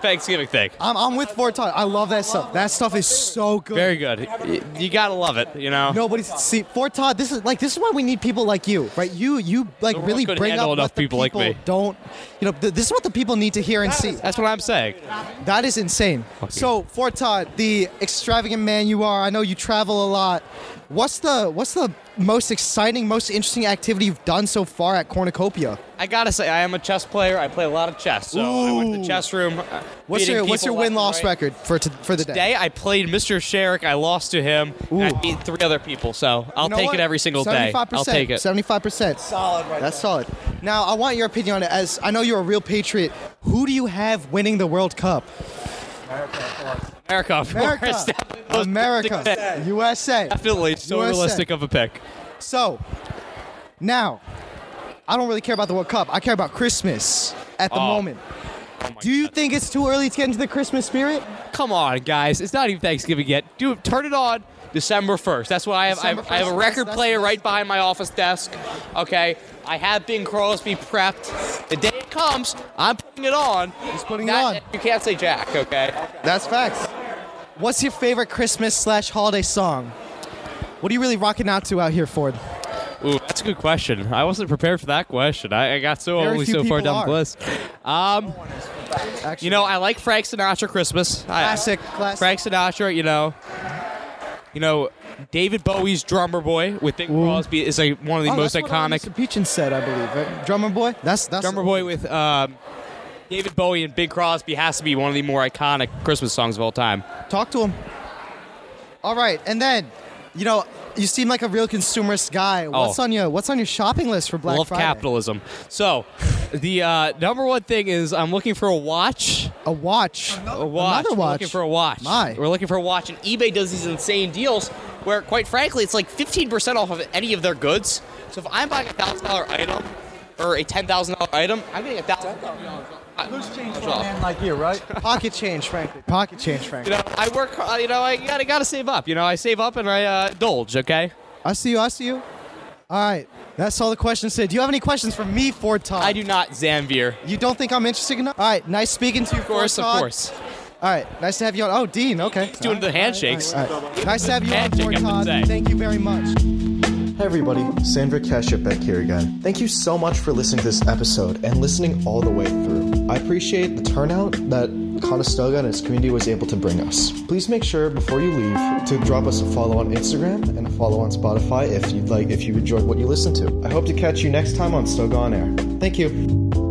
[SPEAKER 25] Thanksgiving thing.
[SPEAKER 1] I'm, I'm with Ford Todd. I love that stuff. That stuff is so good.
[SPEAKER 25] Very good. Y- You gotta love it. You know.
[SPEAKER 1] Nobody's see Fort Todd. This is like this is why we need people like you, right? You you like
[SPEAKER 25] world
[SPEAKER 1] really
[SPEAKER 25] couldn't
[SPEAKER 1] bring up
[SPEAKER 25] handle
[SPEAKER 1] what
[SPEAKER 25] enough
[SPEAKER 1] the
[SPEAKER 25] people like me.
[SPEAKER 1] don't. You know th- this is what the people need to hear and see.
[SPEAKER 25] that's what I'm saying.
[SPEAKER 1] That is insane. So Fort Todd, the extravagant man you are, I know you travel a lot. What's the what's the most exciting, most interesting activity you've done so far at Cornucopia?
[SPEAKER 25] I gotta say, I am a chess player. I play a lot of chess, so I went to the chess room. uh,
[SPEAKER 1] What's
[SPEAKER 25] beating
[SPEAKER 1] your what's
[SPEAKER 25] people
[SPEAKER 1] your
[SPEAKER 25] left
[SPEAKER 1] win
[SPEAKER 25] and
[SPEAKER 1] loss
[SPEAKER 25] right.
[SPEAKER 1] record for t- for the day?
[SPEAKER 25] Today I played Mr. Sherrick. I lost to him. and I beat three other people, so I'll
[SPEAKER 1] You know
[SPEAKER 25] take
[SPEAKER 1] what?
[SPEAKER 25] it every single day. I'll take it.
[SPEAKER 1] 75%. Solid right That's solid. Now, I want your opinion on it. As I know you're a real patriot, who do you have winning the World Cup?
[SPEAKER 25] America, of (laughs) course.
[SPEAKER 1] America. America. USA.
[SPEAKER 25] Definitely so
[SPEAKER 1] USA.
[SPEAKER 25] realistic of a pick.
[SPEAKER 1] So, now, I don't really care about the World Cup. I care about Christmas at the
[SPEAKER 25] Oh.
[SPEAKER 1] moment. Do you think it's too early to get into the Christmas spirit?
[SPEAKER 25] Come on, guys. It's not even Thanksgiving yet. Dude, turn it on December 1st. That's why I have, I have,
[SPEAKER 1] December
[SPEAKER 25] I have a
[SPEAKER 1] 1st,
[SPEAKER 25] record
[SPEAKER 1] that's-
[SPEAKER 25] player right behind my office desk. Okay. I have Bing Crosby prepped. The day it comes, I'm putting it on. He's
[SPEAKER 1] putting
[SPEAKER 25] it on. You can't say Jack, okay?
[SPEAKER 1] That's facts. What's your favorite Christmas slash holiday song? What are you really rocking out to out here, Ford?
[SPEAKER 25] Ooh, that's a good question. I wasn't prepared for that question. I, I got so
[SPEAKER 12] Very
[SPEAKER 25] only
[SPEAKER 12] few
[SPEAKER 25] so far
[SPEAKER 12] people
[SPEAKER 25] down the
[SPEAKER 12] are.
[SPEAKER 25] list. Um, you know, I like Frank Sinatra Christmas. Classic, classic. Frank Sinatra. You know, you know, David Bowie's Drummer Boy with Bing Crosby is like one of the
[SPEAKER 1] Oh,
[SPEAKER 25] most
[SPEAKER 1] that's what, uh,
[SPEAKER 25] iconic.
[SPEAKER 1] Mr. Peachin said, I believe. Right? Drummer boy. That's that's.
[SPEAKER 25] Drummer Boy with um, David Bowie and Big Crosby has to be one of the more iconic Christmas songs of all time.
[SPEAKER 1] Talk to him. All right, and then, you know, you seem like a real consumerist guy. What's
[SPEAKER 25] Oh.
[SPEAKER 1] on your What's on your shopping list for Black
[SPEAKER 25] Love
[SPEAKER 1] Friday?
[SPEAKER 25] capitalism. So, the uh, number one thing is I'm looking for a watch.
[SPEAKER 1] A watch.
[SPEAKER 25] a watch.
[SPEAKER 1] another
[SPEAKER 25] We're
[SPEAKER 1] watch.
[SPEAKER 25] looking for a watch. We're looking for a watch, and eBay does these insane deals where, quite frankly, it's like 15% off of any of their goods. So if I'm buying a thousand dollar item or a ten thousand dollar item, I'm getting a thousand dollars off.
[SPEAKER 1] like you, right? (laughs) Pocket change, frankly. Pocket change,
[SPEAKER 25] You
[SPEAKER 1] frankly.
[SPEAKER 25] know, I work. Uh, you know, I gotta gotta save up. You know, I save up and I uh, indulge. Okay.
[SPEAKER 1] I see you. I see you. All right, that's all the questions today. Do you have any questions for me, Ford Todd? I
[SPEAKER 25] do not, Zambier.
[SPEAKER 1] You don't think I'm interesting enough? All right, nice speaking to you,
[SPEAKER 25] Of course,
[SPEAKER 1] Ford
[SPEAKER 25] of
[SPEAKER 1] Todd.
[SPEAKER 25] course.
[SPEAKER 1] All right, nice to have you on. Oh, Dean, okay. He's
[SPEAKER 25] doing the handshakes.
[SPEAKER 1] Nice to have you on,
[SPEAKER 25] Handshake,
[SPEAKER 1] Ford
[SPEAKER 25] I
[SPEAKER 1] Todd.
[SPEAKER 25] would say.
[SPEAKER 1] Thank you very much.
[SPEAKER 4] Hey everybody, Sandra Kashyap back here again. Thank you so much for listening to this episode and listening all the way through. I appreciate the turnout that Conestoga and its community was able to bring us. Please make sure before you leave to drop us a follow on Instagram and a follow on Spotify if you'd like if you enjoyed what you listened to. I hope to catch you next time on Stoga on Air. Thank you.